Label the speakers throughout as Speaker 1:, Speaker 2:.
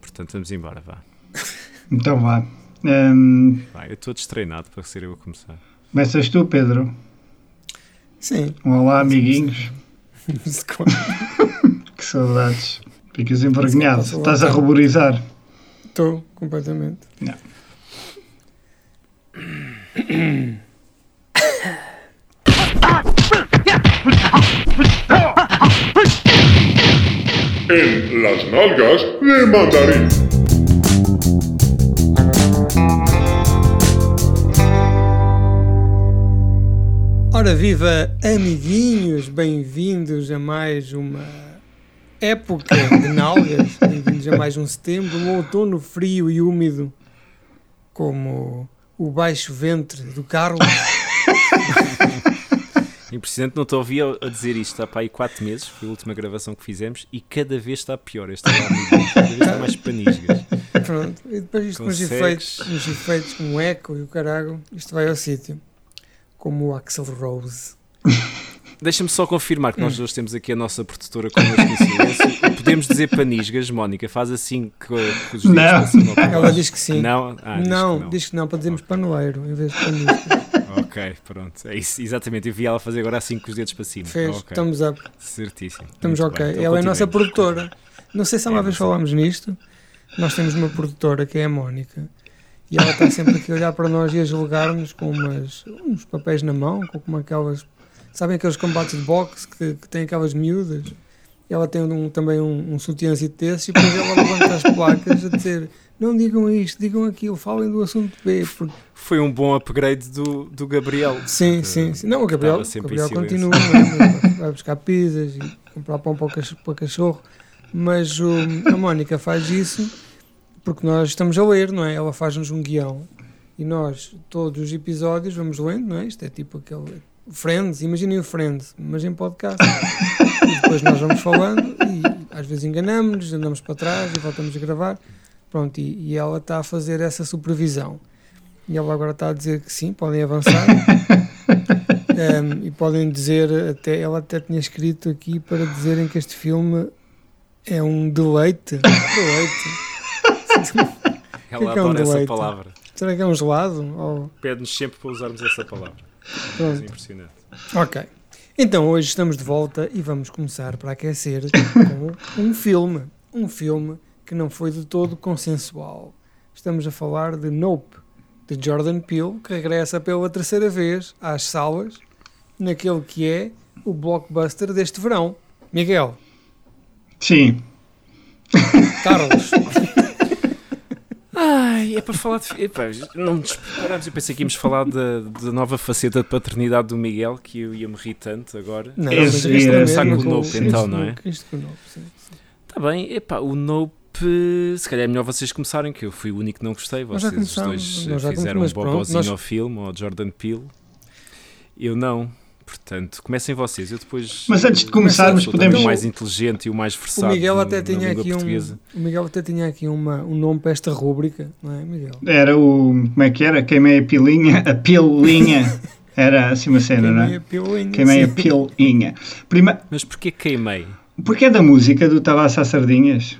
Speaker 1: portanto vamos embora, vá.
Speaker 2: Então vá. Hum,
Speaker 1: Vai, eu estou destreinado para ser eu a começar.
Speaker 2: começas tu, Pedro.
Speaker 3: Sim.
Speaker 2: Um Olá, amiguinhos.
Speaker 3: Estou.
Speaker 2: Que saudades. Ficas envergonhado.
Speaker 3: Sim,
Speaker 2: Estás a ruborizar.
Speaker 3: completamente.
Speaker 4: en las nalgas de mandarín.
Speaker 3: Ora viva, amiguinhos, bem-vindos a mais uma época de nalgas, bem-vindos a mais um setembro, um outono frio e úmido, como o baixo ventre do Carlos.
Speaker 1: Impressionante, não te ouvi a a dizer isto há para aí 4 meses, foi a última gravação que fizemos e cada vez está pior. Este é amigo, cada vez está mais panisgas.
Speaker 3: Pronto, e depois isto nos
Speaker 1: Consegues?
Speaker 3: efeitos, nos efeitos como eco e o carago, isto vai ao sítio, como o Axel Rose.
Speaker 1: Deixa-me só confirmar que nós hoje temos aqui a nossa produtora connosco em silêncio. Podemos dizer panisgas, Mónica? Faz assim que, que os dedos
Speaker 2: Não.
Speaker 1: passam para
Speaker 3: Ela
Speaker 1: baixo.
Speaker 3: diz que sim.
Speaker 1: Não, ah, diz que
Speaker 3: não,
Speaker 1: não.
Speaker 3: diz que não, para dizermos paneleiro em vez de paneleiro.
Speaker 1: Ok, pronto. É isso, exatamente. Eu vi ela fazer agora assim com os dedos para cima.
Speaker 3: Fez,
Speaker 1: Ok,
Speaker 3: estamos up.
Speaker 1: Certíssimo.
Speaker 3: Estamos
Speaker 1: Muito
Speaker 3: ok.
Speaker 1: bem, então
Speaker 3: Ela é a nossa
Speaker 1: continuemos.
Speaker 3: produtora. Não sei se
Speaker 1: É,
Speaker 3: alguma
Speaker 1: não
Speaker 3: vez
Speaker 1: sei.
Speaker 3: falámos nisto. Nós temos uma produtora que é a Mónica. E ela está sempre aqui a olhar para nós e a julgar-nos com umas, uns papéis na mão, com como aquelas. Sabem aqueles combates de boxe que, que têm aquelas miúdas? Ela tem um- também um, um sutiãzito desse e depois ela levanta as placas a dizer não digam isto, digam aquilo, falem do assunto B. Porque,
Speaker 1: Foi um bom upgrade do, do Gabriel.
Speaker 3: sim,
Speaker 1: Portanto,
Speaker 3: sim, sim. Não, o Gabriel,
Speaker 1: estava
Speaker 3: o
Speaker 1: sempre em
Speaker 3: Gabriel
Speaker 1: silêncio.
Speaker 3: continua, não é? Mas vai buscar pizzas e comprar pão para o cachorro, para o cachorro. mas o, a Mónica faz isso porque nós estamos a ler, não é? Ela faz-nos um guião e nós, todos os episódios, vamos lendo, não é? Isto é tipo aquele. Friends, imaginem o Friends, mas em podcast. e depois nós vamos falando e às vezes enganamos-nos, andamos para trás e voltamos a gravar. Pronto, e, e ela está a fazer essa supervisão. E ela agora está a dizer que sim, podem avançar. Ahm, e podem dizer, até, ela até tinha escrito aqui para dizerem que este filme é um deleite. deleite.
Speaker 1: Ela
Speaker 3: que é um
Speaker 1: adora essa
Speaker 3: deleite?
Speaker 1: palavra.
Speaker 3: Será que é um gelado? Ou-
Speaker 1: Pede-nos sempre para usarmos essa palavra. É
Speaker 3: Pronto.
Speaker 1: impressionante.
Speaker 3: Ok. Então hoje estamos de volta e vamos começar para aquecer com um filme. Um filme que não foi de todo consensual. Estamos a falar de Nope, de Jordan Peele, que regressa pela terceira vez às salas, naquele que é o blockbuster deste verão. Miguel,
Speaker 2: Sim.
Speaker 3: Carlos,
Speaker 1: Ai, é para falar de. Epá, não nos preparámos. Eu pensei que íamos falar da, da nova faceta de paternidade do Miguel, que eu ia-me rir tanto agora.
Speaker 3: Não,
Speaker 2: Esse
Speaker 3: mas
Speaker 2: devia
Speaker 1: é
Speaker 3: isto
Speaker 2: era
Speaker 3: mesmo
Speaker 2: saco
Speaker 3: com-
Speaker 2: novo,
Speaker 3: isto
Speaker 1: então, não
Speaker 3: com-
Speaker 1: é?
Speaker 3: isto com novo, sim, sim.
Speaker 1: Está Tá bem, epá, o Nope. Se calhar é melhor vocês começarem, que eu fui o único que não gostei.
Speaker 3: Nós já
Speaker 1: Vocês os dois
Speaker 3: começámos, nós já
Speaker 1: fizeram um
Speaker 3: começámos, mas pronto,
Speaker 1: bobozinho
Speaker 3: nós-
Speaker 1: ao filme, ao Jordan Peele. Eu não. Portanto, comecem vocês. Eu depois.
Speaker 2: Mas antes de
Speaker 1: eh,
Speaker 2: começarmos,
Speaker 1: sou tanto
Speaker 2: podemos-
Speaker 1: o mais inteligente e o mais
Speaker 3: O
Speaker 1: versado.
Speaker 3: Miguel até
Speaker 1: na
Speaker 3: tinha
Speaker 1: língua
Speaker 3: aqui um,
Speaker 1: portuguesa.
Speaker 3: o Miguel até tinha aqui uma, um nome para esta rúbrica, não é, Miguel?
Speaker 2: Era o. Como é que era? Queimei a pilinha. A pilinha. Era assim uma cena, não é?
Speaker 3: pilinha.
Speaker 2: Queimei a
Speaker 3: sim.
Speaker 2: pilinha. Prima...
Speaker 1: Mas porquê queimei?
Speaker 2: Porque é da música do Tavaça a Sardinhas.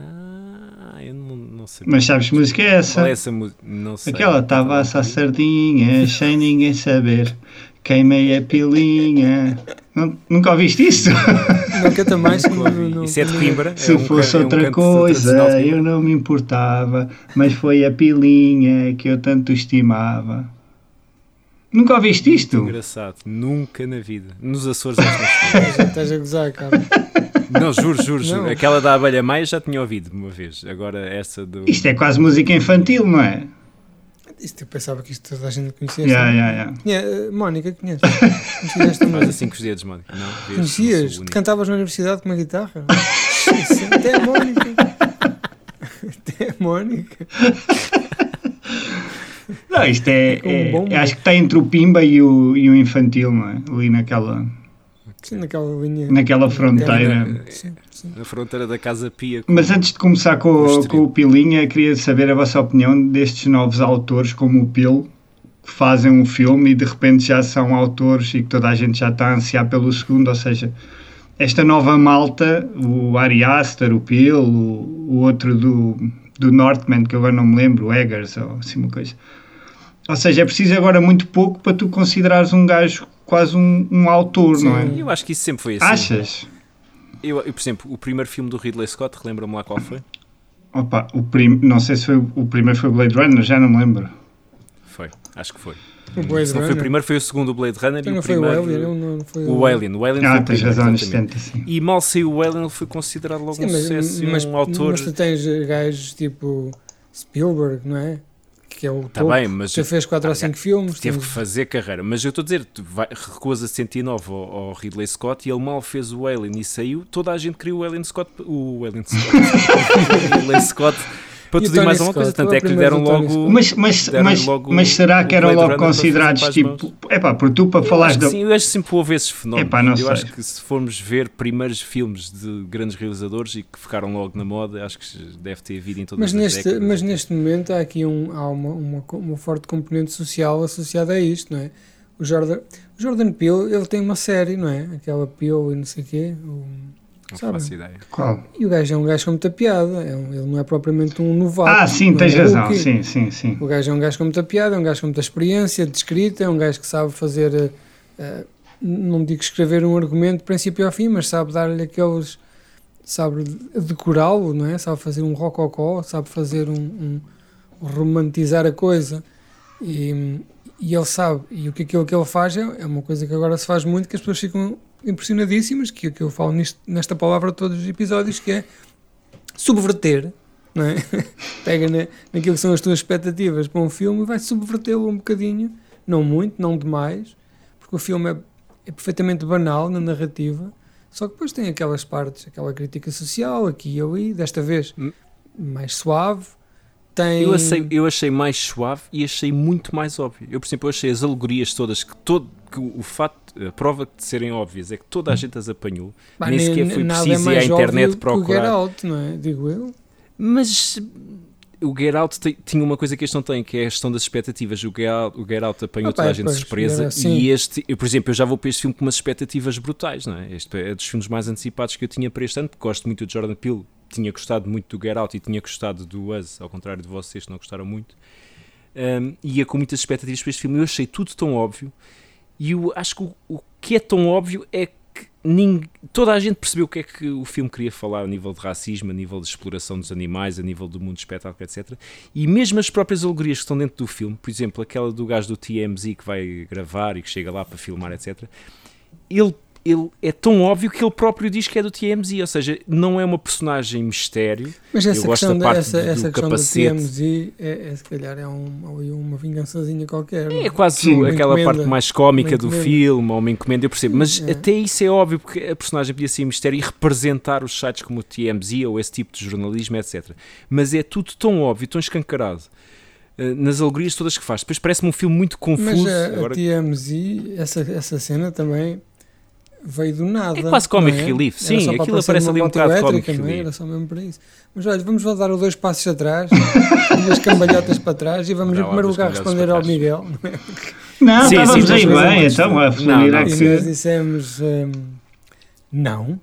Speaker 1: Ah, eu não, não sei.
Speaker 2: Mas sabes que música é
Speaker 1: Qual
Speaker 2: essa?
Speaker 1: é essa música? Não sei.
Speaker 2: Aquela Tavaça a Sardinhas, sem ninguém saber. Queimei a pilinha. Nun- Nunca ouviste isso?
Speaker 3: Nunca também. se não- não-
Speaker 1: Isso é de
Speaker 3: não-
Speaker 1: Coimbra?
Speaker 2: Se
Speaker 1: é um
Speaker 2: fosse
Speaker 1: can- é um
Speaker 2: outra
Speaker 1: canto tradicional
Speaker 2: coisa,
Speaker 1: de Coimbra?
Speaker 2: eu não me importava, mas foi a pilinha que eu tanto estimava. Nunca ouviste isto?
Speaker 1: Engraçado, nunca na vida. Nos Açores acho que não se
Speaker 3: Estás a gozar, cara.
Speaker 1: ouve. Não, juro, juro, juro.
Speaker 3: Não.
Speaker 1: Aquela da abelha Maia já tinha ouvido uma vez. Agora essa do.
Speaker 2: Isto é quase música infantil, não é?
Speaker 3: Isto eu pensava que isto toda a gente conhecia.
Speaker 1: é.
Speaker 2: Yeah,
Speaker 3: sim.
Speaker 2: yeah, yeah.
Speaker 3: Conhe- eh, Mónica, conheces? Conhecias
Speaker 2: é
Speaker 3: esta
Speaker 1: Faz
Speaker 3: música?
Speaker 1: assim com os dedos, mano. Não, vês, não
Speaker 3: Conhecias?
Speaker 1: sou o único.
Speaker 3: Cantavas na universidade com uma guitarra? Isso, até a Mónica. Até a Mónica.
Speaker 2: Não, isto é.
Speaker 3: com um
Speaker 2: é-
Speaker 3: bombo.
Speaker 2: acho que está entre o Pimba e o, e o infantil, não é? Ali naquela,
Speaker 3: Sim, naquela linha.
Speaker 2: naquela fronteira.
Speaker 1: Ainda-
Speaker 3: Sim, sim.
Speaker 1: Na fronteira da Casa Pia. com-
Speaker 2: Mas antes de começar com, o-
Speaker 1: Mostre.
Speaker 2: com o Pilinha, queria saber a vossa opinião destes novos autores, como o Pil, que fazem um filme e de repente já são autores e que toda a gente já está a ansiar pelo segundo, ou seja, esta nova malta, o Ari Aster, o Peel, o, o outro do, do Northman, que agora não me lembro, o Eggers ou assim uma coisa. Ou seja, é preciso agora muito pouco para tu considerares um gajo quase um, um autor,
Speaker 3: Sim.
Speaker 2: não é?
Speaker 1: Eu acho que isso sempre foi assim.
Speaker 2: Achas?
Speaker 1: Eu, eu, por exemplo, o primeiro filme do Ridley Scott, relembra-me lá qual foi?
Speaker 2: Opa, o prim... não sei se foi o o primeiro foi o Blade Runner, já não me lembro.
Speaker 1: Foi, acho que foi.
Speaker 3: O Blade
Speaker 1: Se não foi o
Speaker 3: Runner.
Speaker 1: primeiro, foi o segundo, o Blade Runner,
Speaker 3: Então
Speaker 1: e
Speaker 3: não
Speaker 1: o
Speaker 3: foi o
Speaker 1: primeiro.
Speaker 3: Alien, não, não foi
Speaker 1: O Alien, o Alien foi
Speaker 2: Ah,
Speaker 1: o
Speaker 2: tens
Speaker 1: primeiro,
Speaker 2: razão,
Speaker 1: exatamente.
Speaker 2: instante assim.
Speaker 1: E mal saiu o Alien, ele foi considerado logo
Speaker 3: Sim,
Speaker 1: um
Speaker 3: mas,
Speaker 1: sucesso e
Speaker 3: mas-
Speaker 1: um autor.
Speaker 3: mas tu tens gajos tipo Spielberg, não é? Que é o
Speaker 1: Tá
Speaker 3: topo.
Speaker 1: bem, mas
Speaker 3: Já fez 4 ou
Speaker 1: Ah, já.
Speaker 3: 5 filmes.
Speaker 1: Teve que
Speaker 3: tens-
Speaker 1: fazer carreira, mas eu estou a dizer, tu vai, recuas a 69 ao, ao Ridley Scott e ele mal fez o Alien e saiu, toda a gente queria o Alien Scott, o Alien Scott, o Ridley Scott, para
Speaker 3: E o
Speaker 1: tudo e mais
Speaker 3: Tony
Speaker 1: alguma coisa,
Speaker 3: Scott,
Speaker 1: tanto é que lhe
Speaker 3: primeiro
Speaker 1: deram
Speaker 3: do Tony
Speaker 1: logo...
Speaker 3: Scott.
Speaker 2: Mas, mas,
Speaker 1: Deram-lhe
Speaker 2: mas,
Speaker 1: logo
Speaker 2: mas será
Speaker 1: o
Speaker 2: que eram
Speaker 1: Blade
Speaker 2: logo
Speaker 1: Runner para
Speaker 2: considerados
Speaker 1: fazer para as
Speaker 2: tipo. É pá, por tu para falares
Speaker 1: Acho que
Speaker 2: da.
Speaker 1: Sim, eu acho que sempre houve esses fenómenos.
Speaker 2: Epá, não
Speaker 1: eu
Speaker 2: sei.
Speaker 1: acho que se formos ver primeiros filmes de grandes realizadores e que ficaram logo na moda, acho que deve ter havido em todas as
Speaker 3: Mas neste,
Speaker 1: décadas.
Speaker 3: mas neste momento há aqui um, há uma, uma, co- uma forte componente social associada a isto, não é? O Jordan, o Jordan Peele, ele tem uma série, não é? Aquela Peele e não sei quê. o-
Speaker 1: Não
Speaker 3: sabe?
Speaker 1: faço ideia.
Speaker 2: Qual?
Speaker 3: E o gajo é um gajo com muita piada, é um- ele não é propriamente um novato.
Speaker 2: Ah, sim,
Speaker 3: não é
Speaker 2: tens razão.
Speaker 3: rookie.
Speaker 2: Sim, sim, sim.
Speaker 3: O gajo é um gajo com muita piada, é um gajo com muita experiência de escrita, é um gajo que sabe fazer, eh, eh, não digo escrever um argumento de princípio ao fim, mas sabe dar-lhe aqueles, sabe decorá-lo, não é? Sabe fazer um rococó, sabe fazer um, um- romantizar a coisa e, e ele sabe, e o que aquilo que ele faz é, é uma coisa que agora se faz muito, que as pessoas ficam impressionadíssimas, que, que eu falo nisto- nesta palavra todos os episódios, que é subverter, não é? pega na, naquilo que são as tuas expectativas para um filme e vai subvertê-lo um bocadinho, não muito, não demais, porque o filme é, é perfeitamente banal na narrativa, só que depois tem aquelas partes, aquela crítica social aqui e ali, desta vez
Speaker 1: Hum.
Speaker 3: mais suave, tem...
Speaker 1: Eu achei, eu achei mais suave e achei muito mais óbvio. Eu, por exemplo, eu achei as alegorias todas que todo que o o fato, a prova de serem óbvias é que toda a
Speaker 3: Uhum.
Speaker 1: gente as apanhou,
Speaker 3: Bah,
Speaker 1: nem sequer
Speaker 3: n-
Speaker 1: foi
Speaker 3: nada
Speaker 1: preciso ir à
Speaker 3: mais
Speaker 1: internet
Speaker 3: óbvio que o Get
Speaker 1: procurar.
Speaker 3: Out, não é? Digo eu.
Speaker 1: Mas o Get Out te- tinha uma coisa que este não tem, que é a questão das expectativas. O Get Out, o Get Out apanhou
Speaker 3: Ah,
Speaker 1: toda a
Speaker 3: bem,
Speaker 1: gente de
Speaker 3: pois,
Speaker 1: surpresa.
Speaker 3: era assim.
Speaker 1: E este, eu, por exemplo, eu já vou para este filme com umas expectativas brutais, não é? Este é dos filmes mais antecipados que eu tinha para este ano, porque gosto muito do Jordan Peele, tinha gostado muito do Get Out e tinha gostado do Us, ao contrário de vocês que não gostaram muito. Ahm, ia com muitas expectativas para este filme. Eu achei tudo tão óbvio e eu acho que o, o que é tão óbvio é que ninguém, toda a gente percebeu o que é que o filme queria falar a nível de racismo, a nível de exploração dos animais, a nível do mundo do espetáculo, etc. E mesmo as próprias alegorias que estão dentro do filme, por exemplo, aquela do gajo do TMZ que vai gravar e que chega lá para filmar, etc. Ele, ele é tão óbvio que ele próprio diz que é do TMZ, ou seja, não é uma personagem mistério.
Speaker 3: Mas essa
Speaker 1: gosto
Speaker 3: questão,
Speaker 1: da
Speaker 3: da,
Speaker 1: parte
Speaker 3: essa,
Speaker 1: do
Speaker 3: essa questão da
Speaker 1: capacete.
Speaker 3: TMZ é, é, se calhar é um, ali uma vingançazinha qualquer. não
Speaker 1: É quase
Speaker 2: Sim,
Speaker 3: uma
Speaker 1: aquela
Speaker 3: encomenda.
Speaker 1: parte mais cómica
Speaker 3: Uma
Speaker 1: do
Speaker 3: encomenda.
Speaker 1: filme, ou uma encomenda, eu percebo. Mas
Speaker 3: É.
Speaker 1: até isso é óbvio, porque a personagem podia ser mistério e representar os sites como o TMZ ou esse tipo de jornalismo, etc. Mas é tudo tão óbvio, tão escancarado. eh, Nas alegorias todas que faz. Depois parece-me um filme muito confuso.
Speaker 3: Mas eh, a, a
Speaker 1: Agora,
Speaker 3: TMZ, essa, essa cena também veio do nada.
Speaker 1: É quase comic
Speaker 3: não é?
Speaker 1: relief,
Speaker 3: Era
Speaker 1: sim,
Speaker 3: só para
Speaker 1: aquilo
Speaker 3: aparecer
Speaker 1: aparece
Speaker 3: numa
Speaker 1: ali um
Speaker 3: moto
Speaker 1: bocado de
Speaker 3: elétrica,
Speaker 1: comic
Speaker 3: não é?
Speaker 1: relief.
Speaker 3: Era só mesmo para isso. Mas olha, vamos lá dar dois passos atrás, duas cambalhotas para trás e vamos
Speaker 1: Dá
Speaker 3: em
Speaker 1: lá
Speaker 3: primeiro
Speaker 1: duas
Speaker 3: lugar
Speaker 1: cambalhotas
Speaker 3: responder
Speaker 1: para
Speaker 3: ao
Speaker 1: trás.
Speaker 3: Miguel. não é?
Speaker 2: Não,
Speaker 1: Sim,
Speaker 2: estávamos
Speaker 1: sim,
Speaker 2: aí
Speaker 1: tens razão,
Speaker 2: bem,
Speaker 1: mas-
Speaker 2: então, a
Speaker 1: não, assim,
Speaker 2: fluir a
Speaker 1: não.
Speaker 3: E nós
Speaker 2: que.
Speaker 3: dissemos hum, não.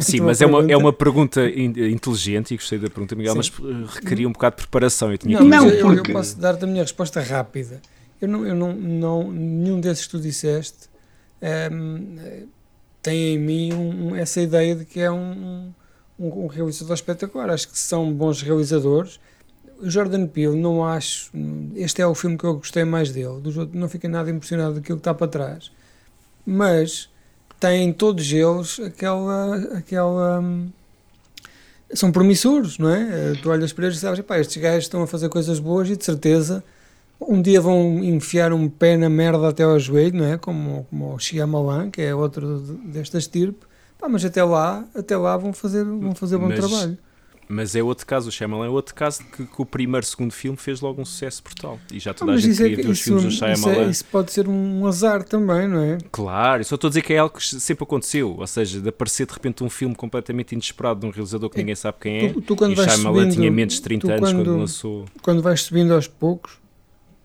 Speaker 1: Sim,
Speaker 3: Tua
Speaker 1: mas é uma, é
Speaker 3: pergunta.
Speaker 1: uma pergunta in- inteligente e gostei da pergunta, Miguel, mas eh, requeria um bocado de preparação. Eu tinha
Speaker 3: Não,
Speaker 1: que
Speaker 2: Não,
Speaker 3: mas eu,
Speaker 2: porque-
Speaker 3: eu posso dar-te a minha resposta rápida. Eu não, eu não, não nenhum desses que tu disseste ehm, eh, tem em mim um- um- essa ideia de que é um, um, um realizador espetacular. Acho que são bons realizadores. O Jordan Peele, não acho. Este é o filme que eu gostei mais dele. Dos outros, não fiquei nada impressionado daquilo que está para trás. Mas têm todos eles aquela. aquela hum, são promissores, não é? Eh, Tu olhas para eles e sabes, "Epá, estes gajos estão a fazer coisas boas e de certeza um dia vão enfiar um pé na merda até ao joelho, não é? Como, como o Shyamalan, que é outro de- desta estirpe. Pá, mas até lá, até lá vão fazer, vão fazer bom
Speaker 1: Mas-
Speaker 3: trabalho.
Speaker 1: Mas é outro caso, o Shyamalan é outro caso que, que o primeiro, segundo filme fez logo um sucesso brutal. E já
Speaker 3: Ah,
Speaker 1: toda a
Speaker 3: mas
Speaker 1: gente
Speaker 3: isso, é,
Speaker 1: queria
Speaker 3: que-
Speaker 1: ver os
Speaker 3: isso,
Speaker 1: filmes do
Speaker 3: isso, é,
Speaker 1: Shyamalan.
Speaker 3: isso pode ser um azar também, não é?
Speaker 1: Claro, eu só estou a dizer que é algo que sempre aconteceu. Ou seja, de aparecer de repente um filme completamente inesperado de um realizador que ninguém sabe quem é.
Speaker 3: Tu, tu quando
Speaker 1: e o
Speaker 3: vais
Speaker 1: Shyamalan
Speaker 3: subindo,
Speaker 1: tinha menos de 30
Speaker 3: tu
Speaker 1: anos quando,
Speaker 3: quando-
Speaker 1: lançou.
Speaker 3: quando vais subindo aos poucos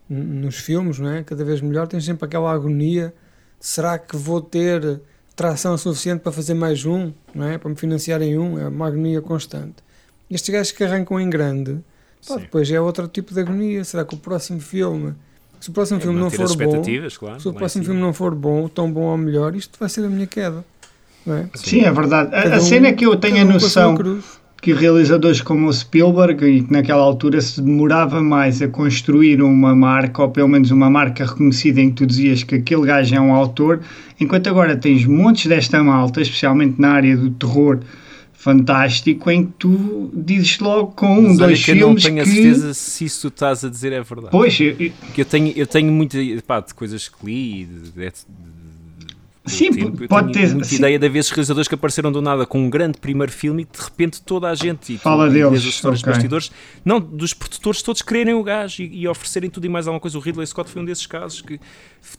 Speaker 3: n- nos filmes, não é? Cada vez melhor, tens sempre aquela agonia. Será que vou ter tração suficiente para fazer mais um, não é? Para me financiar em um, é uma agonia constante. Estes gajos que arrancam em grande, pá,
Speaker 1: Sim.
Speaker 3: depois é outro tipo de agonia. Será que o próximo filme, se o próximo filme não
Speaker 1: Manter as
Speaker 3: for bom,
Speaker 1: expectativas, claro.
Speaker 3: se o
Speaker 1: lá em
Speaker 3: próximo
Speaker 1: cima.
Speaker 3: filme não for bom, tão bom ou melhor, isto vai ser a minha queda, não é?
Speaker 2: Sim, é verdade. A- A,
Speaker 3: Cada um-
Speaker 2: cena é que eu tenho a
Speaker 3: Cada um com sua
Speaker 2: noção
Speaker 3: cruz.
Speaker 2: que realizadores como o Spielberg, e que naquela altura se demorava mais a construir uma marca, ou pelo menos uma marca reconhecida em que tu dizias que aquele gajo é um autor, enquanto agora tens montes desta malta, especialmente na área do terror fantástico, em que tu dizes logo com um,
Speaker 1: Mas olha
Speaker 2: dois
Speaker 1: que eu não
Speaker 2: filmes
Speaker 1: tenho a
Speaker 2: que-
Speaker 1: certeza se isso tu estás a dizer é verdade.
Speaker 2: Pois, eu- eu-
Speaker 1: Porque eu tenho, eu tenho muita pá, de coisas que li e de, de- de- com
Speaker 2: Sim,
Speaker 1: o tempo, eu
Speaker 2: pode
Speaker 1: tenho
Speaker 2: ter-
Speaker 1: muita
Speaker 2: sim.
Speaker 1: ideia de haver esses realizadores que apareceram do nada com um grande primeiro filme e que de repente toda a gente e tu-
Speaker 2: Fala
Speaker 1: e
Speaker 2: deles,
Speaker 1: desde os setores
Speaker 2: ok.
Speaker 1: bastidores, não, dos produtores todos quererem o gajo e, e oferecerem tudo e mais alguma coisa. O Ridley Scott foi um desses casos que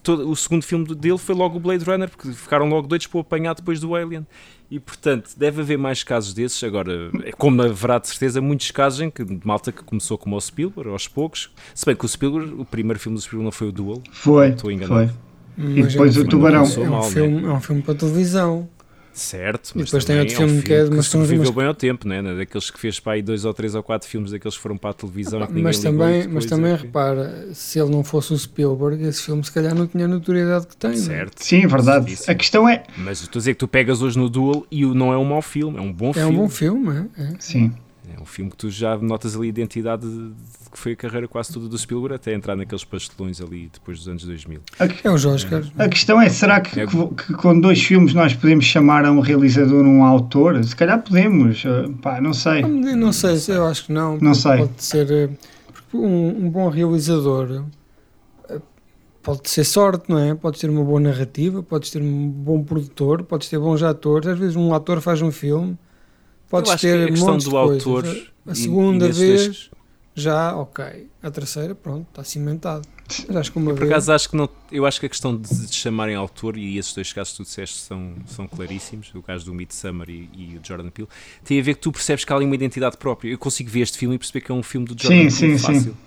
Speaker 1: todo- o segundo filme do- dele foi logo o Blade Runner, porque ficaram logo doidos para o apanhar depois do Alien. E portanto, deve haver mais casos desses. Agora, é como haverá de certeza muitos casos em que de malta que começou como o Spielberg, aos poucos. Se bem que o Spielberg, o primeiro filme do Spielberg não foi o Duel,
Speaker 2: foi,
Speaker 1: Estou enganado.
Speaker 2: foi. E
Speaker 3: Mas
Speaker 2: depois
Speaker 3: é um
Speaker 2: o
Speaker 3: filme-
Speaker 2: Tubarão.
Speaker 3: É um,
Speaker 1: Mal, né?
Speaker 3: filme, é um filme para televisão.
Speaker 1: Certo,
Speaker 3: E
Speaker 1: mas
Speaker 3: depois tem
Speaker 1: também
Speaker 3: outro
Speaker 1: é um
Speaker 3: filme que é de umas
Speaker 1: sobreviveu
Speaker 3: filmes-
Speaker 1: bem ao tempo, né? Daqueles que fez para aí dois ou três ou quatro filmes, daqueles que foram para a televisão. e que ninguém
Speaker 3: Ah, Mas
Speaker 1: ligou
Speaker 3: também,
Speaker 1: e
Speaker 3: mas
Speaker 1: depois
Speaker 3: também
Speaker 1: é que-
Speaker 3: repara, se ele não fosse o Spielberg, esse filme se calhar não tinha a notoriedade que tem. não é?
Speaker 1: Certo.
Speaker 2: Sim, é verdade.
Speaker 1: Certíssimo.
Speaker 2: A questão é.
Speaker 1: Mas eu estou a dizer que tu pegas hoje no Duel e o- não é um mau filme, é um bom
Speaker 3: É um
Speaker 1: filme.
Speaker 3: bom filme, é? é.
Speaker 2: Sim.
Speaker 1: É um filme que tu já notas ali a identidade de- de que foi a carreira quase toda do Spielberg até entrar naqueles pastelões ali depois dos anos 2000.
Speaker 2: A que-
Speaker 3: É os Oscars.
Speaker 2: A questão é, será que,
Speaker 1: É.
Speaker 2: que- que com dois filmes nós podemos chamar a um realizador um autor? Se calhar podemos, eh, pá, não sei.
Speaker 3: Não, não sei, se- eu acho que não.
Speaker 2: Não
Speaker 3: porque
Speaker 2: sei.
Speaker 3: Pode ser eh, porque um, um bom realizador. eh, Pode ser sorte, não é? Pode ser uma boa narrativa, podes ter um bom produtor, podes ter bons atores. Às vezes, um ator faz um filme, podes
Speaker 1: Eu acho que
Speaker 3: ter
Speaker 1: a questão
Speaker 3: montes de
Speaker 1: do
Speaker 3: coisas.
Speaker 1: autor
Speaker 3: A- A,
Speaker 1: e-
Speaker 3: segunda
Speaker 1: e nesses
Speaker 3: vez,
Speaker 1: dois-
Speaker 3: já, ok. A terceira, pronto, está cimentado. Mas acho que uma
Speaker 1: Por
Speaker 3: vez.
Speaker 1: acaso acho que não. Eu acho que a questão de, de chamarem autor, e esses dois casos que tu disseste são, são claríssimos, o caso do Midsummer e, e o Jordan Peele, tem a ver que tu percebes que há ali uma identidade própria. Eu consigo ver este filme e perceber que é um filme do Jordan
Speaker 2: Sim,
Speaker 1: Peele
Speaker 2: sim, sim.
Speaker 1: fácil.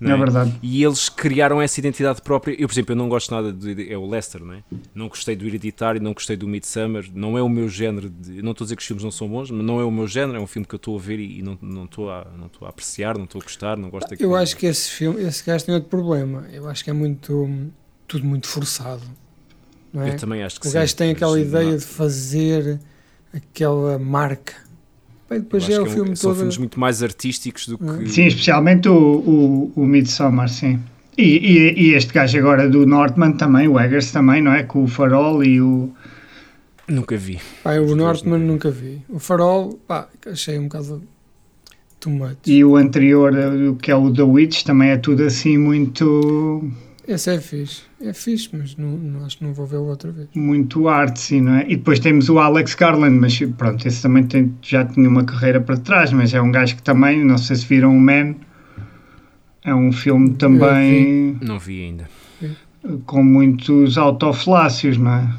Speaker 1: não
Speaker 2: É verdade.
Speaker 1: E eles criaram essa identidade própria. Eu, por exemplo, eu não gosto nada de. É o Lester, não é? Não gostei do Hereditário, não gostei do Midsummer, não é o meu género. De, eu não estou a dizer que os filmes não são bons, mas não é o meu género. É um filme que eu estou a ver e, e não, não, estou a, não estou a apreciar, não estou a gostar, não gosto daquilo.
Speaker 3: Eu acho que esse filme, esse gajo tem outro problema. Eu acho que é muito. hum, tudo muito forçado. Não é?
Speaker 1: Eu também acho que
Speaker 3: O
Speaker 1: sim,
Speaker 3: gajo tem
Speaker 1: mas
Speaker 3: aquela
Speaker 1: não-
Speaker 3: ideia de fazer aquela marca. Bem,
Speaker 1: Eu
Speaker 3: depois
Speaker 1: acho
Speaker 3: é
Speaker 1: que
Speaker 3: o
Speaker 1: um-
Speaker 3: filme
Speaker 1: São
Speaker 3: todo.
Speaker 1: filmes muito mais artísticos do que.
Speaker 2: Sim, especialmente o, o, o Midsommar, sim. E, e- e este gajo agora do Northman também, o Eggers também, não é? Com o Farol e o.
Speaker 1: Nunca vi.
Speaker 3: Pá, eu
Speaker 1: Os
Speaker 3: o
Speaker 1: dois
Speaker 3: Northman
Speaker 1: nunca
Speaker 3: nunca vi. O Farol, pá, achei um bocado too much.
Speaker 2: E o anterior, eh, o que é o The Witch, também é tudo assim muito.
Speaker 3: Esse é fixe. É fixe, mas não, não- acho que não vou vê-lo outra vez.
Speaker 2: muito artsy, não é? E depois temos o Alex Garland, mas pronto, esse também tem- já tinha uma carreira para trás, mas é um gajo que também, não sei se viram o Man, é um filme também
Speaker 1: Não vi ainda.
Speaker 2: com muitos autoflácios, não é?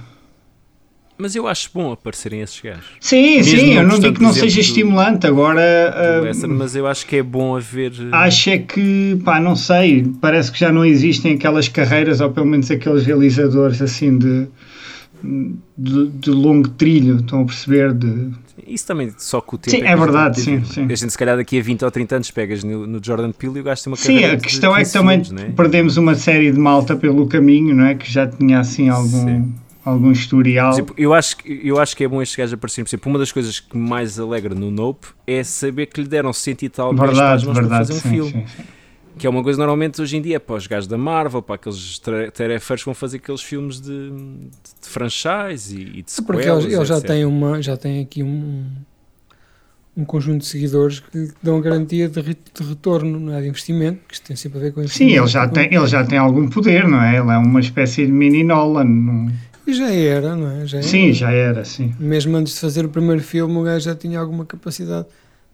Speaker 1: Mas eu acho bom aparecerem esses gajos.
Speaker 2: Sim,
Speaker 1: Mesmo
Speaker 2: sim,
Speaker 1: não
Speaker 2: eu não
Speaker 1: gostando,
Speaker 2: digo que não
Speaker 1: por exemplo,
Speaker 2: seja
Speaker 1: do-
Speaker 2: estimulante, agora
Speaker 1: Do
Speaker 2: ah,
Speaker 1: Lester, mas eu acho que é bom haver. eh,
Speaker 2: acho é que, pá, não sei, parece que já não existem aquelas carreiras, ou pelo menos aqueles realizadores assim de, de, de longo trilho, estão a perceber? De,
Speaker 1: Isso também só com o tempo.
Speaker 2: Sim,
Speaker 1: que
Speaker 2: é
Speaker 1: a gente
Speaker 2: verdade,
Speaker 1: tem
Speaker 2: sim,
Speaker 1: de-
Speaker 2: sim.
Speaker 1: A gente, se calhar, daqui a 20 ou 30 anos pegas no, no Jordan Peele e o gajo tem uma
Speaker 2: Sim,
Speaker 1: carreira
Speaker 2: a
Speaker 1: de
Speaker 2: questão é que
Speaker 1: 15
Speaker 2: também
Speaker 1: filmes, né?
Speaker 2: perdemos uma série de malta pelo caminho, não é? Que já tinha assim algum,
Speaker 1: Sim. Tipo,
Speaker 2: algum
Speaker 1: Por
Speaker 2: historial.
Speaker 1: exemplo, eu, acho, que- eu acho que é bom estes gajos aparecerem. Por exemplo, uma das coisas que me mais alegra no Nope é saber que lhe deram 100 e tal milhões de
Speaker 2: verdade,
Speaker 1: paus para
Speaker 2: verdade.
Speaker 1: fazer um
Speaker 2: sim,
Speaker 1: filme.
Speaker 2: sim, sim.
Speaker 1: Que é uma coisa normalmente hoje em dia é para os gajos da Marvel, para aqueles tra- tarefeiros que vão fazer aqueles filmes de, de franchise e, e de
Speaker 3: É Porque
Speaker 1: sequelas,
Speaker 3: eles, eles já,
Speaker 1: etc.
Speaker 3: têm uma, já têm aqui um, um conjunto de seguidores que dão garantia de, re- de retorno, não é? De investimento, que isto tem sempre a ver com
Speaker 2: Sim,
Speaker 3: investimento. é?
Speaker 2: ele já, tem, ele já tem algum poder, não é? Ele é uma espécie de mini Nolan. não-
Speaker 3: E já era, não é? Já era.
Speaker 2: Sim, já era, sim.
Speaker 3: Mesmo antes de fazer o primeiro filme, o gajo já tinha alguma capacidade